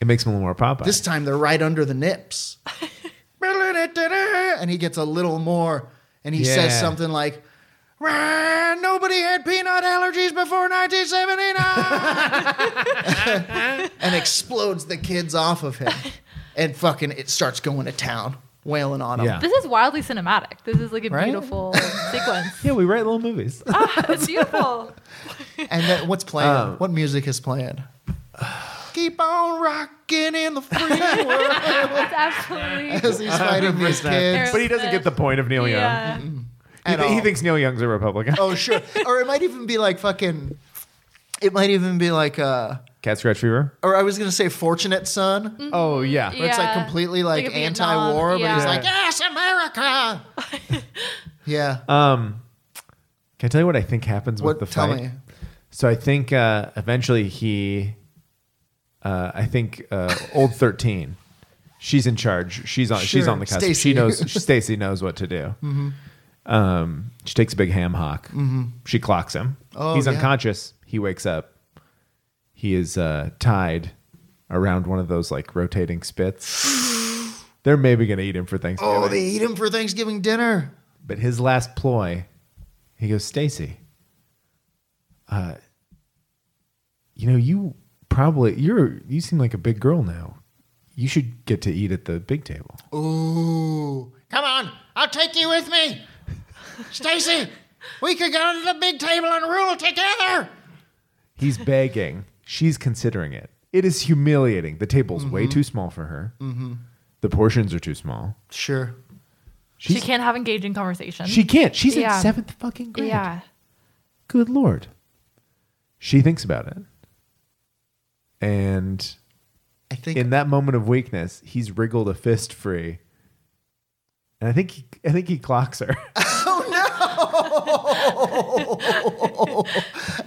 S3: it makes him a little more Popeye.
S2: This time they're right under the nips. and he gets a little more, and he says
S3: Yeah.
S2: something like. "Rah, Nobody had peanut allergies before 1979, and explodes the kids off of him, and fucking it starts going to town, wailing on him.
S3: Yeah.
S1: This is wildly cinematic. This is like a
S2: Right?
S1: beautiful sequence.
S3: yeah, we write little movies.
S1: It's beautiful.
S2: And then what's playing?
S3: Um,
S2: what music is playing? Keep on rocking in the free world
S1: It's absolutely
S2: as he's fighting these kids.
S3: but he doesn't get the point of Neil Young.
S1: yeah.
S3: He,
S2: at
S3: th- he
S2: all.
S3: thinks Neil Young's a Republican.
S2: Oh sure. or it might even be like fucking. It might even be like uh,
S3: Cat scratch fever.
S2: or I was gonna say fortunate son.
S3: Oh yeah.
S2: where it's like
S1: Mm-hmm. Yeah.
S2: completely like,
S1: Like a Vietnam,
S2: anti-war, but he's
S1: yeah.
S2: like, yes, America. yeah.
S3: Um, can I tell you what I think happens
S2: what?
S3: with the
S2: Tell
S3: fight?
S2: me.
S3: So I think uh, eventually he, uh, I think uh, old thirteen, she's in charge. She's on. she's
S2: Sure,
S3: on the cusp.
S2: Stacy. Mm-hmm.
S3: She knows. Stacy knows what to do. Um, she takes a big ham hock. She clocks him.
S2: Oh,
S3: He's
S2: yeah.
S3: unconscious. He wakes up. He is uh, tied around one of those like rotating spits. They're maybe gonna eat him for Thanksgiving.
S2: Oh, they eat him for Thanksgiving dinner.
S3: But his last ploy, he goes, Stacy, uh, you know, you probably you're you seem like a big girl now. You should get to eat at the big table.
S2: Ooh. Come on, I'll take you with me. Stacy, we could go to the big table and rule together.
S3: He's begging. She's considering it. It is humiliating. The table's
S1: Mm-hmm.
S3: way too small for her. The portions are too small.
S2: Sure.
S1: She can't have engaging conversation.
S3: She can't. She's
S1: Yeah.
S3: in seventh fucking grade.
S1: yeah.
S3: Good lord. She thinks about it. And
S2: I think
S3: in that moment of weakness, he's wriggled a fist free, and I think he, I think he clocks her.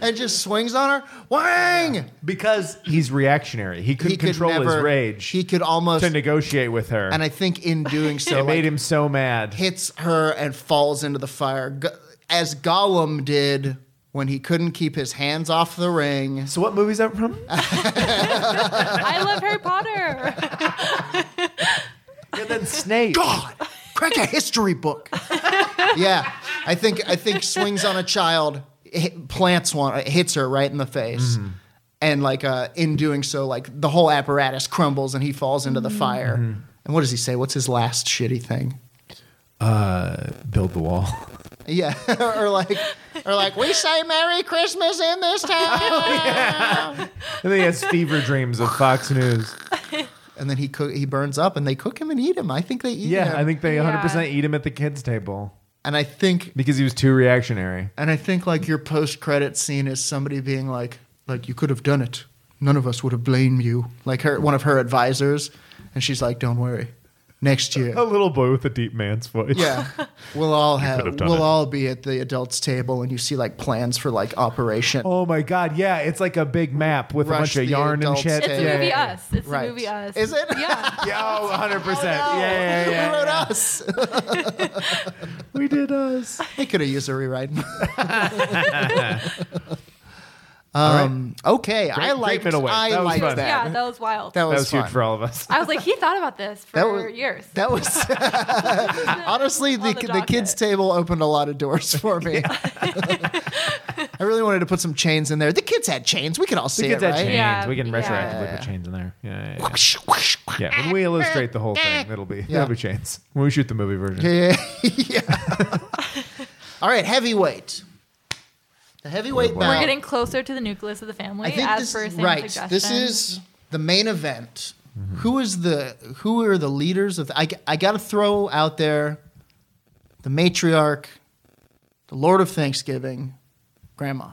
S2: and just swings on her. Wang!
S3: because he's reactionary. He couldn't control his rage
S2: He could almost
S3: to negotiate with her,
S2: and I think in doing so
S3: it
S2: like,
S3: made him so mad.
S2: hits her and falls into the fire, Go- as Gollum did when he couldn't keep his hands off the ring.
S3: so what movie is that from?
S1: I love Harry Potter.
S3: and then Snape.
S2: God, Crack a history book. yeah, I think I think swings on a child, hit, plants one, hits her right in the face,
S3: Mm-hmm.
S2: and like uh, in doing so, like the whole apparatus crumbles and he falls into the fire.
S3: Mm-hmm.
S2: And what does he say? What's his last shitty thing?
S3: Build the wall.
S2: Yeah, or like, or like, we say Merry Christmas in this town,
S3: I think he has fever dreams of Fox News.
S2: and then he cook, he burns up, and they cook him and eat him. I think they eat him.
S3: Yeah, I think they 100%
S1: Yeah.
S3: eat him at the kids' table
S2: and I think
S3: because he was too reactionary.
S2: And I think like your post credit scene is somebody being like, like you could have done it. None of us would have blamed you. Like her, one of her advisors, and she's like, "Don't worry, next
S3: A
S2: year,
S3: little boy with a deep man's voice.
S2: yeah, we'll all have,
S3: have done
S2: we'll
S3: it."
S2: all be at the adults table." And you see like plans for like operation.
S3: Oh my god, yeah, it's like a big map with
S2: Rush
S3: a bunch
S2: the
S3: of yarn and
S2: adults
S3: shit.
S1: It's
S2: Yeah,
S1: a
S2: yeah,
S1: movie
S3: yeah,
S1: Us. It's
S2: Right.
S1: a movie Us.
S2: Is it?
S1: Yeah.
S3: yeah. oh, Yo, 100%. Yeah, yeah, yeah.
S2: Who wrote us?
S3: We did us.
S2: they could have used a rewrite.
S3: right.
S2: um, Okay, I
S3: great
S2: liked.
S3: middle way.
S2: I
S3: That was
S2: liked
S3: fun.
S2: that.
S1: yeah, that was wild.
S2: That
S3: That
S2: was,
S3: was huge
S2: fun.
S3: for all of us.
S1: I was like, he thought about this for
S2: That was-
S1: years.
S2: That was
S1: I
S2: honestly the,
S1: On
S2: the,
S1: the
S2: kids
S1: docket.
S2: table opened a lot of doors for me. I really wanted to put some chains in there. The kids had chains. We could all see
S3: We get
S2: it,
S3: that
S2: right?
S3: chains.
S1: Yeah.
S3: We can
S1: Yeah.
S3: retroactively put chains in there. Yeah, yeah, yeah. Yeah, when we illustrate the whole thing, it'll be
S2: Yeah.
S3: it'll be chains. When we shoot the movie version.
S2: Yeah. all right, heavyweight. The heavyweight
S3: We're
S2: bout.
S1: We're getting closer to the nucleus of the family
S2: I think
S1: as
S2: this
S1: per Sam's
S2: right.
S1: suggestion.
S2: This is the main event. Who is the who are the leaders of? The, I I got to throw out there the matriarch, the Lord of Thanksgiving, Grandma.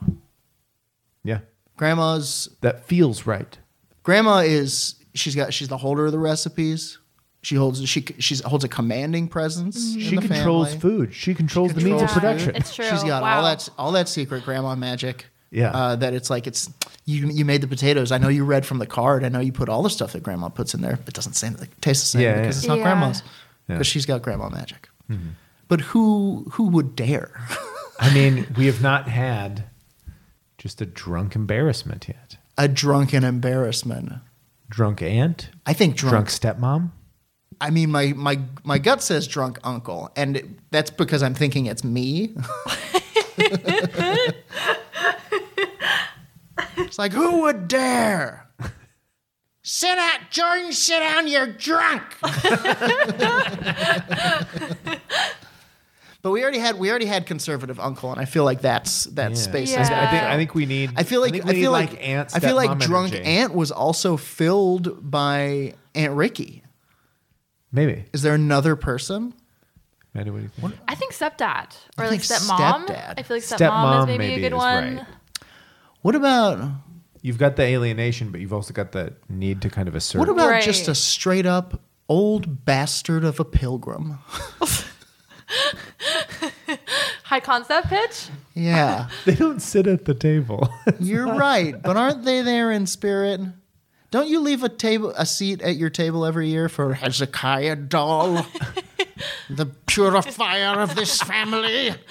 S3: yeah.
S2: Grandma's
S3: That feels right.
S2: grandma is she's got she's the holder of the recipes. She holds she she's holds a commanding presence. in
S3: She
S2: the
S3: controls
S2: family.
S3: food. She controls the means
S2: controls
S3: of
S2: food.
S3: production.
S1: Mm-hmm. It's true.
S2: She's got
S1: wow.
S2: all that all that secret grandma magic.
S3: Yeah.
S2: uh, that it's like it's you you made the potatoes. I know you read from the card. I know you put all the stuff that grandma puts in there. It doesn't say it tastes the same
S3: Yeah,
S2: because
S3: yeah.
S2: it's not
S1: Yeah.
S2: grandma's.
S3: Yeah. Mm-hmm.
S2: Because she's got grandma magic. But who who would dare?
S3: I mean, we have not had just a drunk embarrassment yet.
S2: a drunken embarrassment.
S3: Drunk aunt,
S2: I think drunk
S3: drunk stepmom.
S2: I mean, my my my gut says drunk uncle, and it- that's because I'm thinking it's me. it's like who would dare? Sit out, Jordan. Sit down. You're drunk. but we already had we already had conservative uncle, and I feel like that's that space
S1: Yeah.
S2: is
S3: I think I think we need.
S2: I feel like I,
S3: think we need,
S2: feel like,
S3: aunt.
S2: I feel like
S3: stepmom
S2: drunk
S3: energy.
S2: aunt was also filled by Aunt Ricky.
S3: Maybe.
S2: Is there another person?
S3: Maddie, what do you think?
S1: I think stepdad or
S2: I
S1: like
S2: think
S1: stepmom.
S2: stepdad.
S1: I feel like stepmom,
S3: Stepmom
S1: is maybe,
S3: maybe
S1: a good
S3: is
S1: one.
S3: right.
S2: What about
S3: You've got the alienation, but you've also got the need to kind of assert.
S2: what about
S1: Right.
S2: just a straight up old bastard of a pilgrim?
S1: High concept pitch.
S2: Yeah,
S3: they don't sit at the table.
S2: you're right, but aren't they there in spirit? Don't you leave a table a seat at your table every year for Hezekiah Doll, the purifier of this family,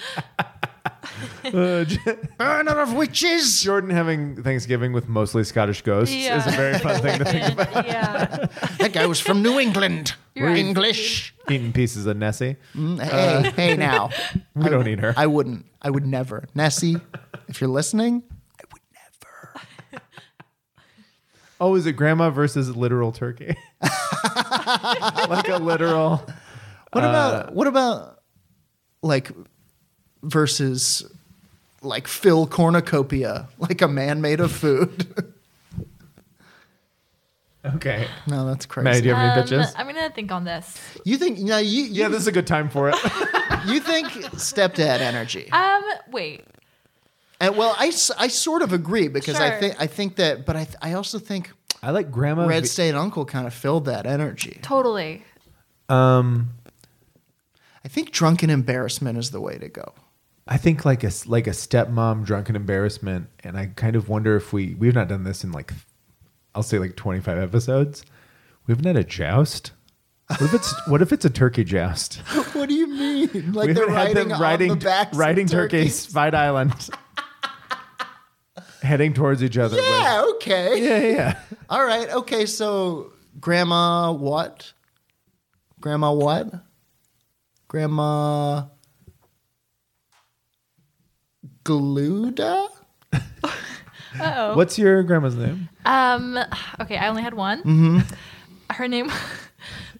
S3: Uh, J-
S2: burner of witches?
S3: Jordan having Thanksgiving with mostly Scottish ghosts is a very fun thing to think.
S1: Yeah.
S2: That guy was from New England.
S1: You're right.
S2: English. Mm,
S3: Eating pieces of Nessie.
S2: Hey,
S1: Uh.
S2: hey now.
S3: We don't need her.
S2: I wouldn't. I would never. Nessie, if you're listening,
S3: oh, is it grandma versus literal turkey? like a literal.
S2: What about what about like versus like Phil cornucopia, like a man made of food?
S3: Okay.
S2: no, that's
S3: Maddie, do
S2: crazy.
S3: you have any pitches?
S1: um, I'm gonna think on this.
S2: You think no, you you,
S3: Yeah, this is a good time for it.
S2: you think stepdad energy?
S1: Um, wait.
S2: and well, I, s- I sort of agree because I
S1: Sure.
S2: think I think that, but I th- I also think
S3: I like grandma.
S2: Red
S3: be-
S2: State Uncle kind of filled that energy.
S1: Totally.
S3: um,
S2: I think drunken embarrassment is the way to go.
S3: I think like a s- like a stepmom drunken embarrassment, and I kind of wonder if we we've not done this in like I'll say like twenty five episodes. We haven't had a joust. What if it's what if it's a turkey joust?
S2: What do you mean? Like
S3: we
S2: they're
S3: haven't
S2: riding on the backs of
S3: riding turkeys,
S2: turkeys.
S3: Fight Island, heading towards each other. with-
S2: Yeah. Okay.
S3: yeah, yeah, yeah.
S2: All right. Okay. So, Grandma what? Grandma what? Grandma Gluda?
S3: What's your grandma's name?
S1: Um. Okay, I only had one.
S2: Mm-hmm.
S1: Her name. I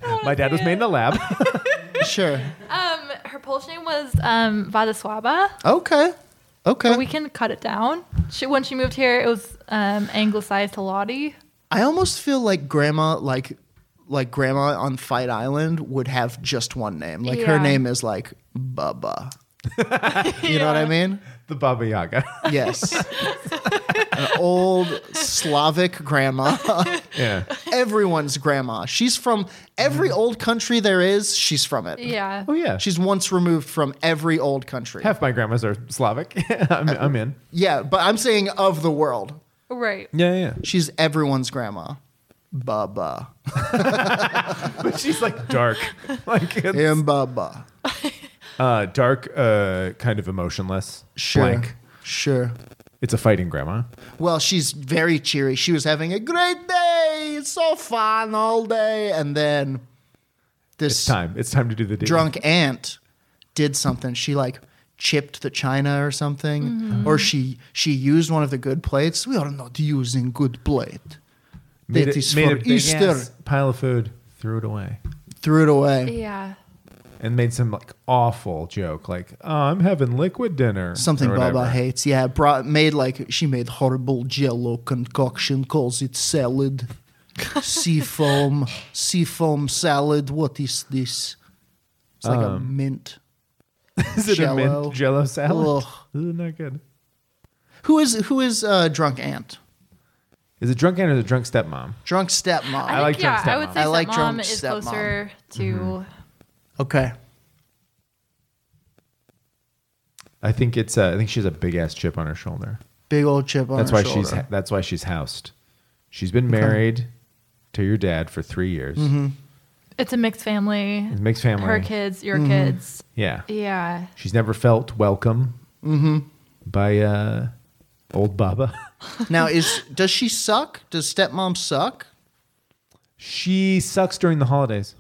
S1: don't wanna
S3: My dad
S1: say
S3: was
S1: it.
S3: made in a lab.
S2: Sure.
S1: Um, her Polish name was um Vadaswaba.
S2: Okay. Okay.
S1: But we can cut it down. She when she moved here, it was um anglicized to Lottie.
S2: I almost feel like grandma like like grandma on Fight Island would have just one name. Like her
S1: Yeah.
S2: name is like Bubba. you know what I mean?
S3: the Baba Yaga.
S2: Yes. An old Slavic grandma.
S3: yeah.
S2: Everyone's grandma. She's from every old country there is, she's from it.
S1: Yeah.
S3: Oh Mm-hmm. yeah.
S2: She's once removed from every old country.
S3: half my grandmas are Slavic. I'm, I'm in.
S2: yeah, but I'm saying of the world.
S1: Right.
S3: Yeah, yeah.
S2: She's everyone's grandma. Bubba.
S3: But she's like dark, like it's,
S2: And Bubba.
S3: uh, dark, uh, kind of emotionless,
S2: Sure.
S3: blank.
S2: Sure.
S3: It's a fighting grandma.
S2: Well, she's very cheery. She was having a great day. It's so fun all day. And then
S3: It's
S2: this
S3: time. It's time to do the deed.
S2: drunk aunt did something. She like chipped the china or something, or she she used one of the good plates. We are not using good plate.
S3: Made
S2: That
S3: it-
S2: is
S3: made a
S2: for
S3: big
S2: Easter.
S3: ass pile of food, threw it away,
S2: Threw it away.
S1: Yeah.
S3: and made some like awful joke, like oh, "I'm having liquid dinner."
S2: Something
S3: or whatever.
S2: Baba hates. Yeah, brought made like she made horrible jello concoction. Calls it salad, seafoam, seafoam salad. What is this? It's like a
S3: Um.
S2: mint.
S3: Is it a
S2: Jell-O.
S3: mint Jello salad?
S2: Ugh.
S3: Ooh, not good.
S2: Who is who is uh, drunk aunt?
S3: Is it drunk aunt or the drunk stepmom?
S2: Drunk stepmom.
S3: I like
S1: yeah,
S3: drunk
S1: I would
S3: stepmom. Mm-hmm.
S1: say
S2: I like
S1: stepmom
S2: drunk
S1: is
S2: stepmom.
S1: closer to
S2: okay.
S3: I think it's. Uh, I think she has a big ass chip on her shoulder.
S2: Big old chip on
S3: That's
S2: her
S3: why
S2: shoulder.
S3: she's. That's why she's housed. She's been married to your dad for three years.
S2: Mm-hmm.
S1: it's a mixed family.
S3: Mixed family.
S1: Her kids, your
S2: Mm-hmm.
S1: kids.
S3: Yeah.
S1: Yeah.
S3: She's never felt welcome
S1: Mm-hmm.
S3: by uh, old Baba.
S2: now is does she suck? Does stepmom suck?
S3: she sucks during the holidays.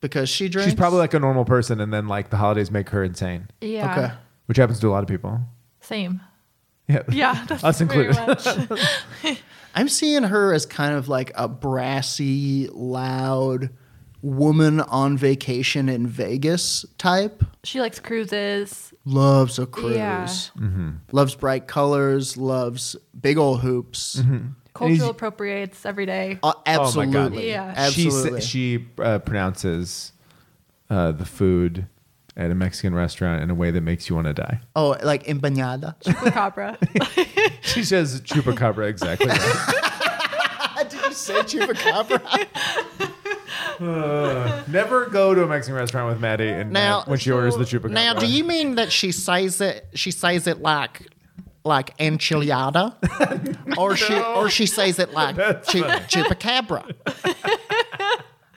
S2: Because she drinks.
S3: She's probably like a normal person, and then like the holidays make her insane,
S1: Yeah.
S2: okay.
S3: which happens to a lot of people.
S1: Same.
S3: Yeah.
S1: Yeah. That's
S3: Us
S1: very
S3: included.
S1: much.
S2: I'm seeing her as kind of like a brassy, loud woman on vacation in Vegas type.
S1: she likes cruises.
S2: Loves a cruise.
S1: Yeah.
S3: Mm-hmm.
S2: Loves bright colors. Loves big old hoops.
S3: he's-
S1: Cultural appropriates every day.
S2: Uh,
S3: Mm-hmm. Oh my
S2: absolutely.
S3: God.
S1: Yeah.
S2: Absolutely.
S3: She sa- she uh, pronounces uh, the food at a Mexican restaurant in a way that makes you want to die.
S2: oh, like empanada.
S1: Chupacabra.
S3: She says chupacabra exactly. right.
S2: Did you say chupacabra?
S3: Never go to a Mexican restaurant with Maddie and
S2: Now-
S3: Matt when she orders the chupacabra.
S2: Now, do you mean that she says it? She says it like, like enchilada, or she or she says it like chu- chupacabra.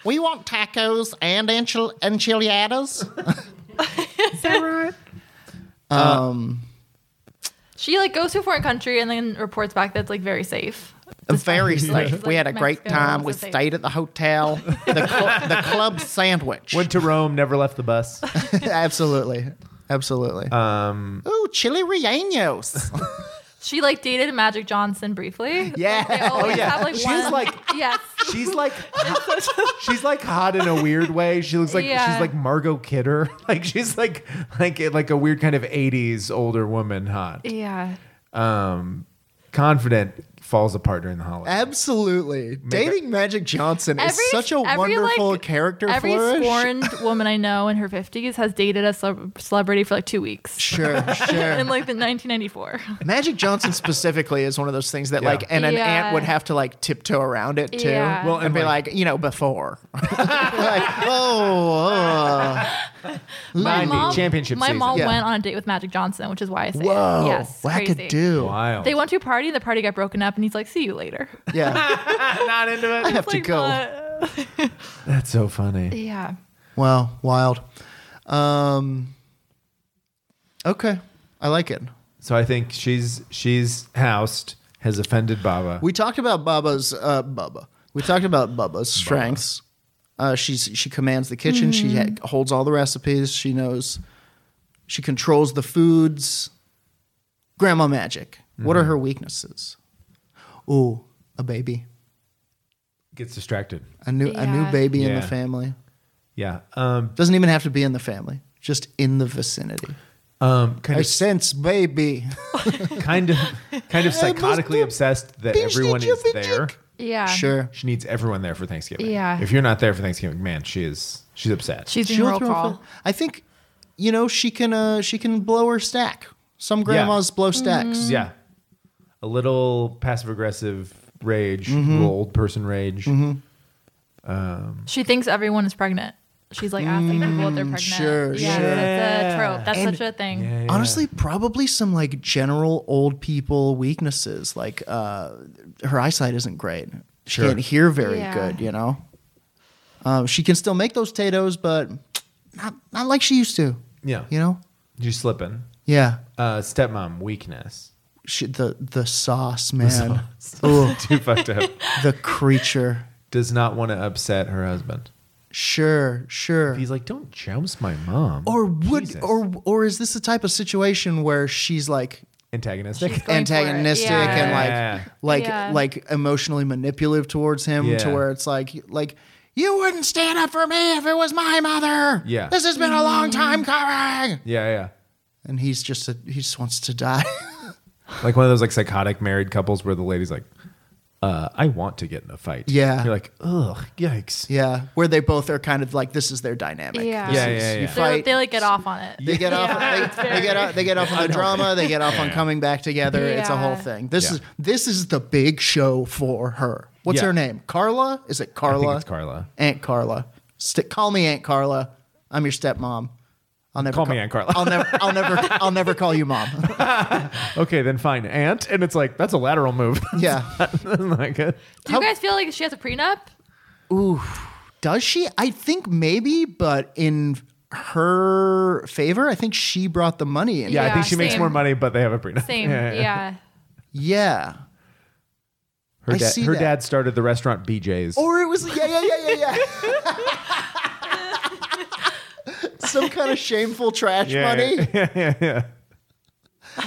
S2: we want tacos and enchil- enchiladas.
S1: she like goes to a foreign country and then reports back that's like very safe.
S2: Very
S1: like-
S2: safe. We had a great
S1: Mexican
S2: time. We
S1: was a safe-
S2: stayed at the hotel. The, cl- the club sandwich.
S3: Went to Rome, never left the bus.
S2: absolutely, absolutely. Um. Ooh, chili rellenos.
S1: She like dated Magic Johnson briefly.
S2: Yeah.
S1: They always
S3: Oh, yeah.
S1: have like
S3: She's
S1: one.
S3: like-
S1: yes.
S3: She's like, she's like hot in a weird way. She looks like
S1: Yeah.
S3: she's like Margot Kidder. Like she's like like like a weird kind of '80s older woman hot.
S1: Yeah.
S3: Um, confident falls apart during the holidays.
S2: Absolutely. Dating Magic Johnson is such a
S1: every,
S2: wonderful
S1: like,
S2: character
S1: every
S2: flourish.
S1: scorned woman I know in her 50s has dated a celeb- celebrity for like two weeks
S2: Sure,
S1: in
S2: sure.
S1: like the 1994.
S2: Magic Johnson specifically is one of those things that, like, and an
S1: Yeah.
S2: aunt would have to, like, tiptoe around it, too.
S1: Yeah.
S3: Well,
S2: and,
S3: and,
S2: be like,
S3: like-
S2: you know, before. like, oh, oh.
S1: My
S3: 90,
S1: mom,
S3: championship
S1: my
S3: season.
S1: mom
S2: Yeah.
S1: went on a date with Magic Johnson, which is why I say it.
S2: whoa.
S1: Yes, crazy.
S2: wackadoo.
S3: Wild.
S1: They went to a party and the party got broken up, and he's like, "See you later."
S2: Yeah.
S3: not into
S2: I
S3: it.
S2: have to
S1: Like,
S2: go.
S1: what?
S3: That's so funny.
S1: Yeah.
S2: Wow, wild. Um, okay. I like it.
S3: So I think she's she's housed, has offended Baba.
S2: We talked about Bubba's uh, Bubba. We talked about Bubba's strengths. Uh, she's she commands the kitchen. She ha- holds all the recipes. She knows. She controls the foods. Grandma magic. What are her weaknesses? Ooh, a baby.
S3: Gets distracted.
S2: A new a new
S1: Yeah.
S2: baby in the
S3: Yeah.
S2: family.
S3: Yeah. Um,
S2: Doesn't even have to be in the family. Just in the vicinity.
S3: um, kind
S2: I
S3: of,
S2: sense baby.
S3: kind of, kind of psychotically obsessed that
S2: Pinch
S3: everyone
S2: the
S3: is there.
S2: chick.
S1: Yeah.
S2: Sure.
S3: She needs everyone there for Thanksgiving.
S1: Yeah.
S3: If you're not there for Thanksgiving, man, she is she's upset.
S1: She's in
S2: She'll
S1: roll
S2: throw a fit.
S1: call.
S2: I think, you know, she can uh, she can blow her stack. Some grandmas blow stacks.
S3: yeah. A little passive aggressive rage,
S2: Mm-hmm.
S3: little old person rage.
S1: She thinks everyone is pregnant. She's like asking people if they're pregnant.
S2: Mm, sure,
S1: yeah,
S2: sure.
S1: That's a trope. That's
S2: And-
S1: such a thing.
S3: Yeah, yeah.
S2: Honestly, probably some like general old people weaknesses. Like uh, her eyesight isn't great. She
S3: Sure.
S2: can't hear very
S1: Yeah.
S2: good. You know, um, she can still make those potatoes, but not not like she used to.
S3: Yeah.
S2: You know.
S3: You slipping.
S2: Yeah.
S3: Uh, stepmom weakness.
S2: She, the the sauce man. Ooh,
S3: Too fucked up.
S2: the creature.
S3: Does not want to upset her husband.
S2: Sure, sure.
S3: He's like, don't joust my mom.
S2: or would
S3: Jesus.
S2: or or is this the type of situation where she's like
S3: antagonistic.
S1: Going for it.
S2: antagonistic
S1: Yeah.
S2: and like
S3: Yeah.
S2: like
S1: Yeah.
S2: like emotionally manipulative towards him to
S3: Yeah.
S2: where it's like like you wouldn't stand up for me if it was my mother.
S3: Yeah.
S2: This has been a long
S1: Mm.
S2: time coming.
S3: Yeah,
S2: And he's just a, he just wants to die.
S3: yeah. Like one of those like psychotic married couples where the lady's like, uh, I want to get in a fight.
S2: Yeah.
S3: You're like, ugh, yikes.
S2: yeah. Where they both are kind of like this is their dynamic.
S1: Yeah.
S2: This
S3: Yeah,
S2: is-
S3: yeah,
S2: you
S3: yeah.
S1: They're-
S2: fight.
S1: They like get off on it.
S2: They get off. they, they get off. They get off on the drama. They get off on coming back together. It's a whole
S1: Yeah.
S2: thing. This
S3: Yeah.
S2: is this is the big show for her. What's
S3: Yeah.
S2: her name? Carla? Is it Carla?
S3: it's Carla.
S2: Aunt Carla. St- call me Aunt Carla. I'm your stepmom. I'll never
S3: Call me Aunt Carla.
S2: I'll never. I'll never. I'll never call you mom.
S3: Okay, then fine, aunt. And it's like, that's a lateral move.
S2: Yeah.
S3: Isn't that good?
S1: Do you guys feel like she has a prenup?
S2: Does she? I think maybe, but in her favor, I think she brought the money in.
S3: Yeah, I
S1: Yeah,
S3: think she makes
S1: same.
S3: more money, but they have a prenup.
S1: Same. Yeah.
S2: Yeah.
S3: Her,
S2: I
S3: dad,
S2: see
S3: her
S2: that.
S3: dad started the restaurant BJ's.
S2: Or it was yeah, yeah, yeah, yeah, yeah. Some kind of shameful trash
S3: Yeah,
S2: money.
S3: yeah,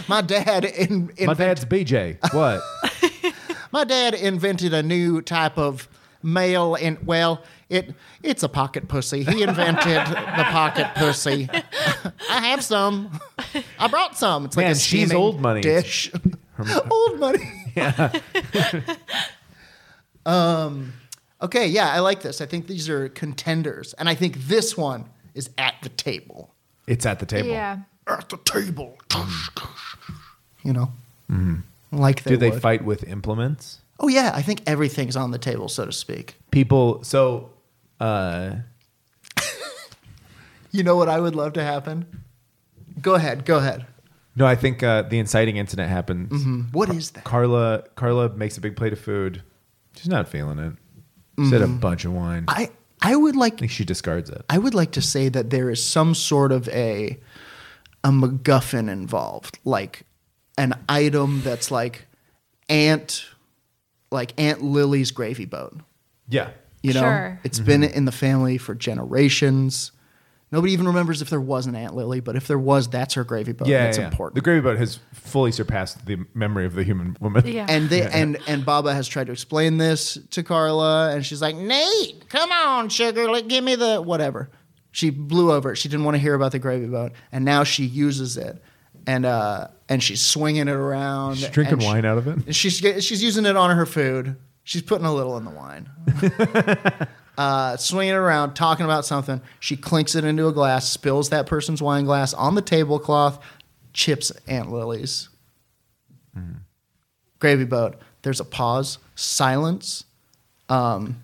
S2: My dad in, in
S3: My dad's BJ. What?
S2: my dad invented a new type of male and well, it it's a pocket pussy. He invented the pocket pussy. I have some. I brought some. It's like
S3: Man,
S2: a
S3: she's
S2: steaming
S3: old money.
S2: dish. old money. Um, Okay, yeah, I like this. I think these are contenders, and I think this one is at the table.
S3: it's at the table.
S1: Yeah.
S2: At the table, you know, like they
S3: Mm-hmm. Do they
S2: would.
S3: fight with implements?
S2: Oh yeah, I think everything's on the table, so to speak.
S3: People, so uh,
S2: You know what I would love to happen? Go ahead, go ahead. Hmm,
S3: No, I think uh, the inciting incident happens.
S2: What is that?
S3: Carla Carla makes a big plate of food. She's not feeling it. She had a bunch of wine. I
S2: Mm. I I would like
S3: think she discards it.
S2: I would like to say that there is some sort of a a MacGuffin involved, like an item that's like Aunt like Aunt Lily's gravy boat.
S3: Yeah.
S2: You know,
S1: Sure.
S2: it's been
S3: Mm-hmm.
S2: in the family for generations. Nobody even remembers if there was an Aunt Lily, but if there was, that's her gravy boat.
S3: Yeah,
S2: and that's
S3: yeah. The
S2: important.
S3: gravy boat has fully surpassed the memory of the human woman.
S1: Yeah.
S2: and they and and Baba has tried to explain this to Carla, and she's like, "Nate, come on, sugar, like, give me the whatever." She blew over it. She didn't want to hear about the gravy boat, and now she uses it, and uh, and she's swinging it around.
S3: She's drinking
S2: and she-
S3: wine out of it.
S2: and she's get- she's using it on her food. She's putting a little in the wine. uh, swinging it around, talking about something. She clinks it into a glass, spills that person's wine glass on the tablecloth, chips Aunt Lily's.
S3: Mm-hmm.
S2: Gravy boat. There's a pause, silence. Um,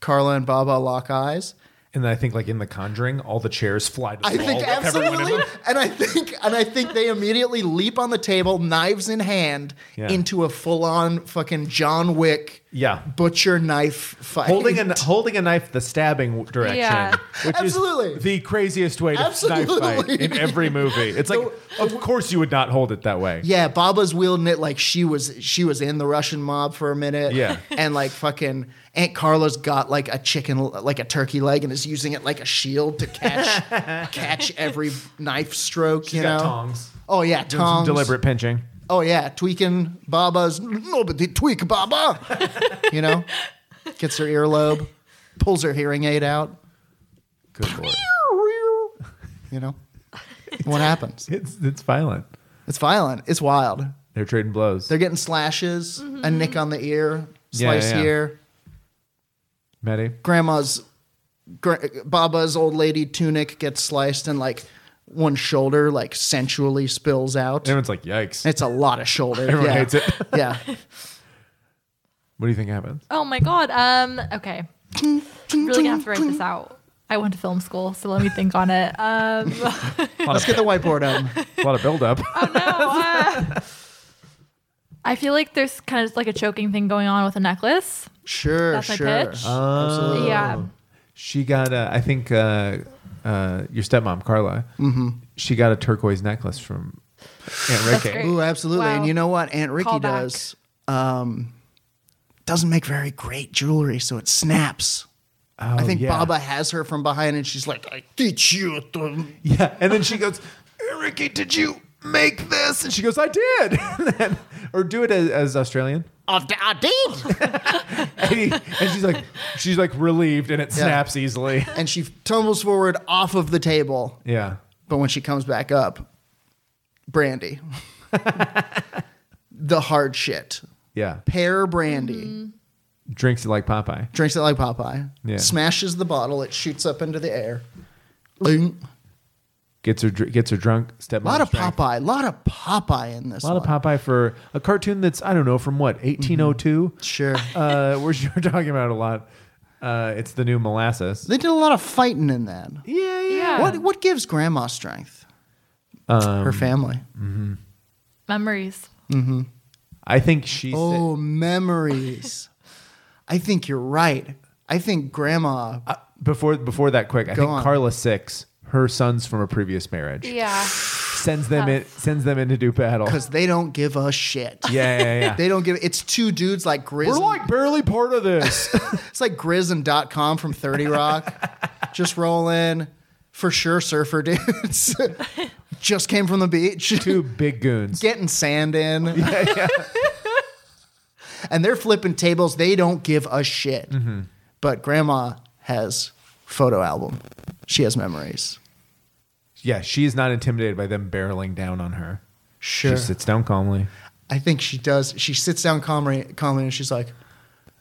S2: Carla and Baba lock eyes.
S3: And then I think, like in The Conjuring, all the chairs fly to the
S2: I
S3: wall
S2: think
S3: with everyone in
S2: absolutely,
S3: them.
S2: and I think and I think they immediately leap on the table, knives in hand,
S3: Yeah.
S2: into a full-on fucking John Wick
S3: Yeah.
S2: butcher knife fight.
S3: Holding a holding a knife the stabbing direction,
S1: Yeah.
S3: which
S2: Absolutely.
S3: is the craziest way to
S2: Absolutely.
S3: knife fight in every movie. It's like, of course you would not hold it that way.
S2: Yeah, Baba's wielding it like she was she was in the Russian mob for a minute.
S3: Yeah.
S2: And like fucking Aunt Carla's got like a chicken like a turkey leg and is using it like a shield to catch catch every knife stroke, you know.
S3: tongs.
S2: Oh yeah, tongs.
S3: Deliberate pinching.
S2: Oh yeah, tweaking Baba's nobody tweak Baba. you know? Gets her earlobe, pulls her hearing aid out,
S3: Good lord.
S2: you know. What happens?
S3: It's it's violent.
S2: It's violent. It's wild.
S3: They're trading blows.
S2: They're getting slashes, a
S1: Mm-hmm.
S2: nick on the ear, slice
S3: yeah, yeah.
S2: here.
S3: Maddie.
S2: grandma's gra- baba's old lady tunic gets sliced and like one shoulder like sensually spills out
S3: Everyone's like, yikes.
S2: it's a lot of shoulder
S3: Everyone
S2: yeah.
S3: hates it.
S2: yeah
S3: What do you think happens?
S1: Oh my god. Um. Okay. Really gonna have to write this out. I went to film school, so let me think on it. Um.
S2: let's get the whiteboard on
S3: A lot of buildup.
S1: I feel like there's kind of like a choking thing going on with a necklace.
S2: sure
S1: That's my
S2: sure Oh.
S1: pitch.
S2: Absolutely.
S1: Yeah.
S3: she got, a, I think, uh, uh, your stepmom, Carla, she got a turquoise necklace from Aunt Ricky.
S1: great.
S2: Ooh, absolutely.
S1: Wow.
S2: And you know what Aunt Ricky
S1: Call back.
S2: does? Um, doesn't make very great jewelry, so it snaps. I think
S3: Oh, yeah.
S2: Baba has her from behind, and she's like, "I teach you to."
S3: Yeah. And then she goes, Ricky, did you make this? And she goes, I did. and then, or do it as, as Australian.
S2: I did.
S3: And, he- and she's like, she's like relieved and it snaps easily.
S2: and she tumbles forward off of the table.
S3: Yeah.
S2: But when she comes back up, brandy. the hard shit.
S3: Yeah.
S2: Pear brandy.
S1: Mm-hmm.
S3: Drinks it like Popeye.
S2: Drinks it like Popeye.
S3: Yeah.
S2: Smashes the bottle. It shoots up into the air. Boom.
S3: Gets her, dr- gets her drunk. Step
S2: A lot of Popeye. A lot of Popeye in this
S3: A lot of
S2: one.
S3: Popeye for a cartoon that's, I don't know, from what, 1802?
S2: Sure.
S3: uh, we're sure talking about it a lot. Uh, it's the new molasses.
S2: they did a lot of fighting in that.
S3: Yeah, Um,
S1: Yeah.
S2: What, what gives grandma strength? Her family.
S1: Memories.
S3: I think she.
S2: Oh, memories. I think you're right. I think grandma.
S3: said, before before that quick. I think
S2: on.
S3: Carla six, her sons from a previous marriage,
S1: Yeah.
S3: sends them in sends them in to do battle. Yeah,
S2: Because they don't give a shit.
S3: yeah, yeah.
S2: They don't give. It's two dudes like Grizz.
S3: We're
S2: and-
S3: like barely part of this.
S2: It's like Grizz and dot com from 30 Rock. Just roll in. For sure, surfer dudes. Just came from the beach.
S3: Two big goons.
S2: Getting sand in. and they're flipping tables. They don't give a shit.
S3: Mm-hmm.
S2: But grandma has photo album. She has memories.
S3: yeah, she is not intimidated by them barreling down on her.
S2: Sure.
S3: She sits down calmly.
S2: I think she does. She sits down calmly, calmly, and she's like,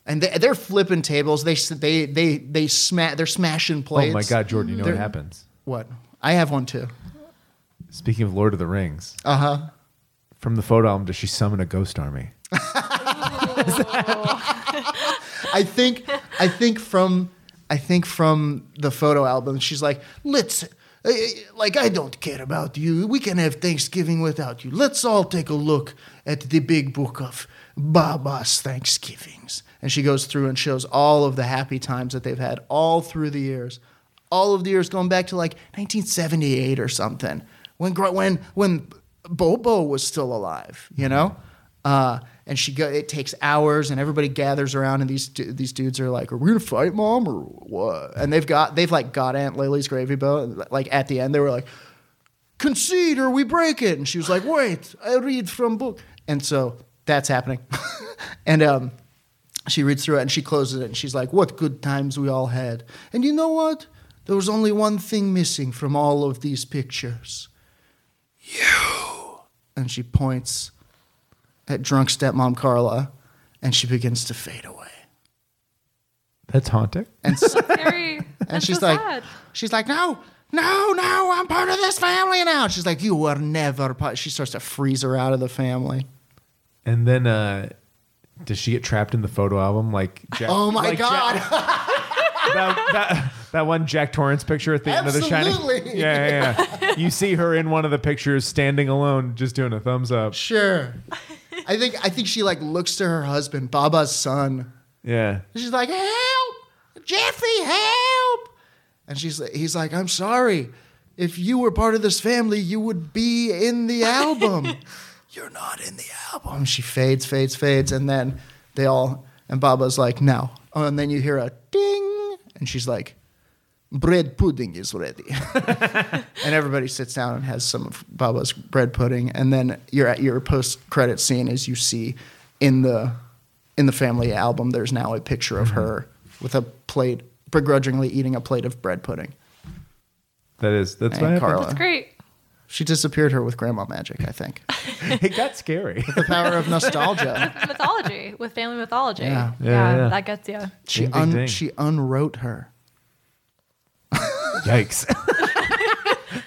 S2: and they, they're flipping tables. They s- they they they sma- They're smashing plates.
S3: Oh my God, Jordan, you know what happens.
S2: What? I have one too.
S3: Speaking of Lord of the Rings, uh huh. From the photo album, does she summon a ghost army?
S2: I think I think from I think from the photo album, she's like, let's. eh, eh, Like I don't care about you. We can have Thanksgiving without you. Let's all take a look at the big book of Baba's Thanksgivings. And she goes through and shows all of the happy times that they've had all through the years, all of the years going back to like 1978 or something, when gro- when when Bobo was still alive. You know, uh, and she go, it takes hours, and everybody gathers around, and these du- these dudes are like, "Are we gonna fight, mom, or what?" And they've got they've like got Aunt Lily's gravy boat. Like at the end, they were like, "Concede or we break it," and she was like, "Wait, I read from book," and so that's happening, and um, she reads through it and she closes it and she's like, What good times we all had. And you know what? There was only one thing missing from all of these pictures you. And she points at drunk stepmom Carla and she begins to fade away.
S3: That's haunting.
S2: And, s-
S1: Very.
S2: and
S1: that's
S2: she's
S1: so
S2: like,
S1: sad.
S2: She's like, No, no, no, I'm part of this family now. And she's like, You were never part. She starts to freeze her out of the family.
S3: And then uh does she get trapped in the photo album like Jack,
S2: Oh my
S3: like
S2: God.
S3: Jack- that, that, that one Jack Torrance picture at the end of the
S2: Absolutely.
S3: shining. Yeah, yeah, yeah. you see her in one of the pictures standing alone just doing a thumbs up.
S2: Sure. I think I think she like looks to her husband, Baba's son,
S3: Yeah.
S2: And she's like, "Help, Jeffy, help!" And she's he's like, "I'm sorry. If you were part of this family, you would be in the album. You're not in the album." She fades, fades, fades, and then they all and Baba's like, "No." Oh, and then you hear a ding, and she's like, "Bread pudding is ready." and everybody sits down and has some of Baba's bread pudding, and then you're at your post credit scene as you see in the in the family album. There's now a picture
S3: Mm-hmm.
S2: of her with a plate, begrudgingly eating a plate of bread pudding.
S3: That is. That's
S2: And
S3: what
S2: Carla.
S3: happened.
S1: That's great.
S2: She disappeared her with grandma magic, I think.
S3: It got scary.
S2: The power of nostalgia.
S1: mythology with family mythology.
S2: Yeah.
S1: Yeah,
S3: Yeah, yeah.
S1: that gets you.
S2: She
S3: Ding, ding,
S2: un-
S3: ding.
S2: she unwrote her.
S3: Yikes.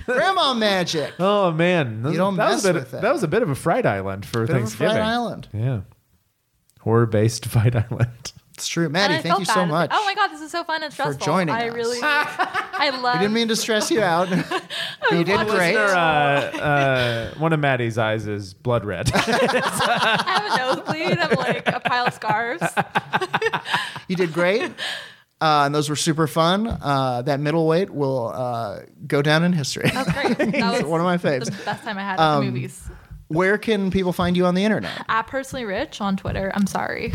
S2: Grandma magic.
S3: Oh man, That-
S2: don't
S3: that
S2: mess
S3: was a bit
S2: with it.
S3: that was a bit of a fright island for
S2: Bit of a
S3: Thanksgiving.
S2: fright island.
S3: Yeah, horror based fright island.
S2: It's true,
S1: And I
S2: Maddie. Thank
S1: felt
S2: you
S1: bad
S2: so
S1: at the-
S2: much.
S1: Oh my god, this is so fun and stressful.
S2: joining
S1: I
S2: us.
S1: really, I love.
S2: We didn't mean to stress you out. But you did great.
S3: Listener, uh, uh, one of Maddie's eyes is blood red.
S1: I have a nosebleed. I'm like a pile of scarves.
S2: You did great. Uh, and those were super fun. Uh, that middleweight will uh, go down in history.
S1: That's great. That was
S2: One of my faves. Um,
S1: the best time I had at the movies.
S2: Where can people find you on the internet?
S1: At personally rich on Twitter. I'm sorry.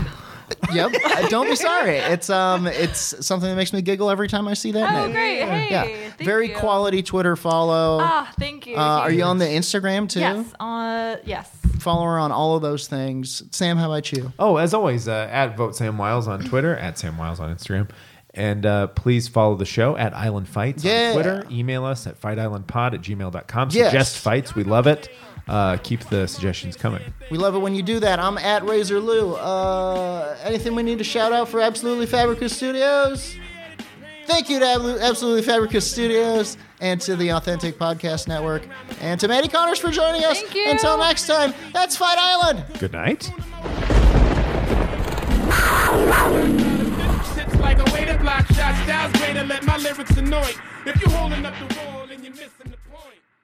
S2: Yep. Uh, Don't be sorry. It's um, it's something that makes me giggle every time I see that
S1: Oh
S2: name.
S1: great. Hey,
S2: Yeah.
S1: thank
S2: Very
S1: you.
S2: quality Twitter follow.
S1: Ah, thank you.
S2: uh, are you on the Instagram too?
S1: Yes. Uh, yes.
S2: Follow her on all of those things. Sam, how about you?
S3: oh, as always, uh, at vote Sam Wiles on Twitter, at Sam Wiles on Instagram, and uh, please follow the show at Island Fights
S2: Yeah.
S3: on Twitter. Email us at fightislandpod at gmail.com.
S2: Yes.
S3: Suggest fights, we love it. Uh, keep the suggestions coming.
S2: We love it when you do that. I'm at Razor Lou. Uh, anything we need to shout out for Absolutely Fabricus Studios? Thank you to Ablu- Absolutely Fabricus Studios and to the Authentic Podcast Network and to Maddie Connors for joining us.
S1: Thank you.
S2: Until next time, that's Fight Island.
S3: Good night.
S4: Shit's like a way to block shots. Styles greater, let my lyrics annoy. If you holding up the wall and you're missing the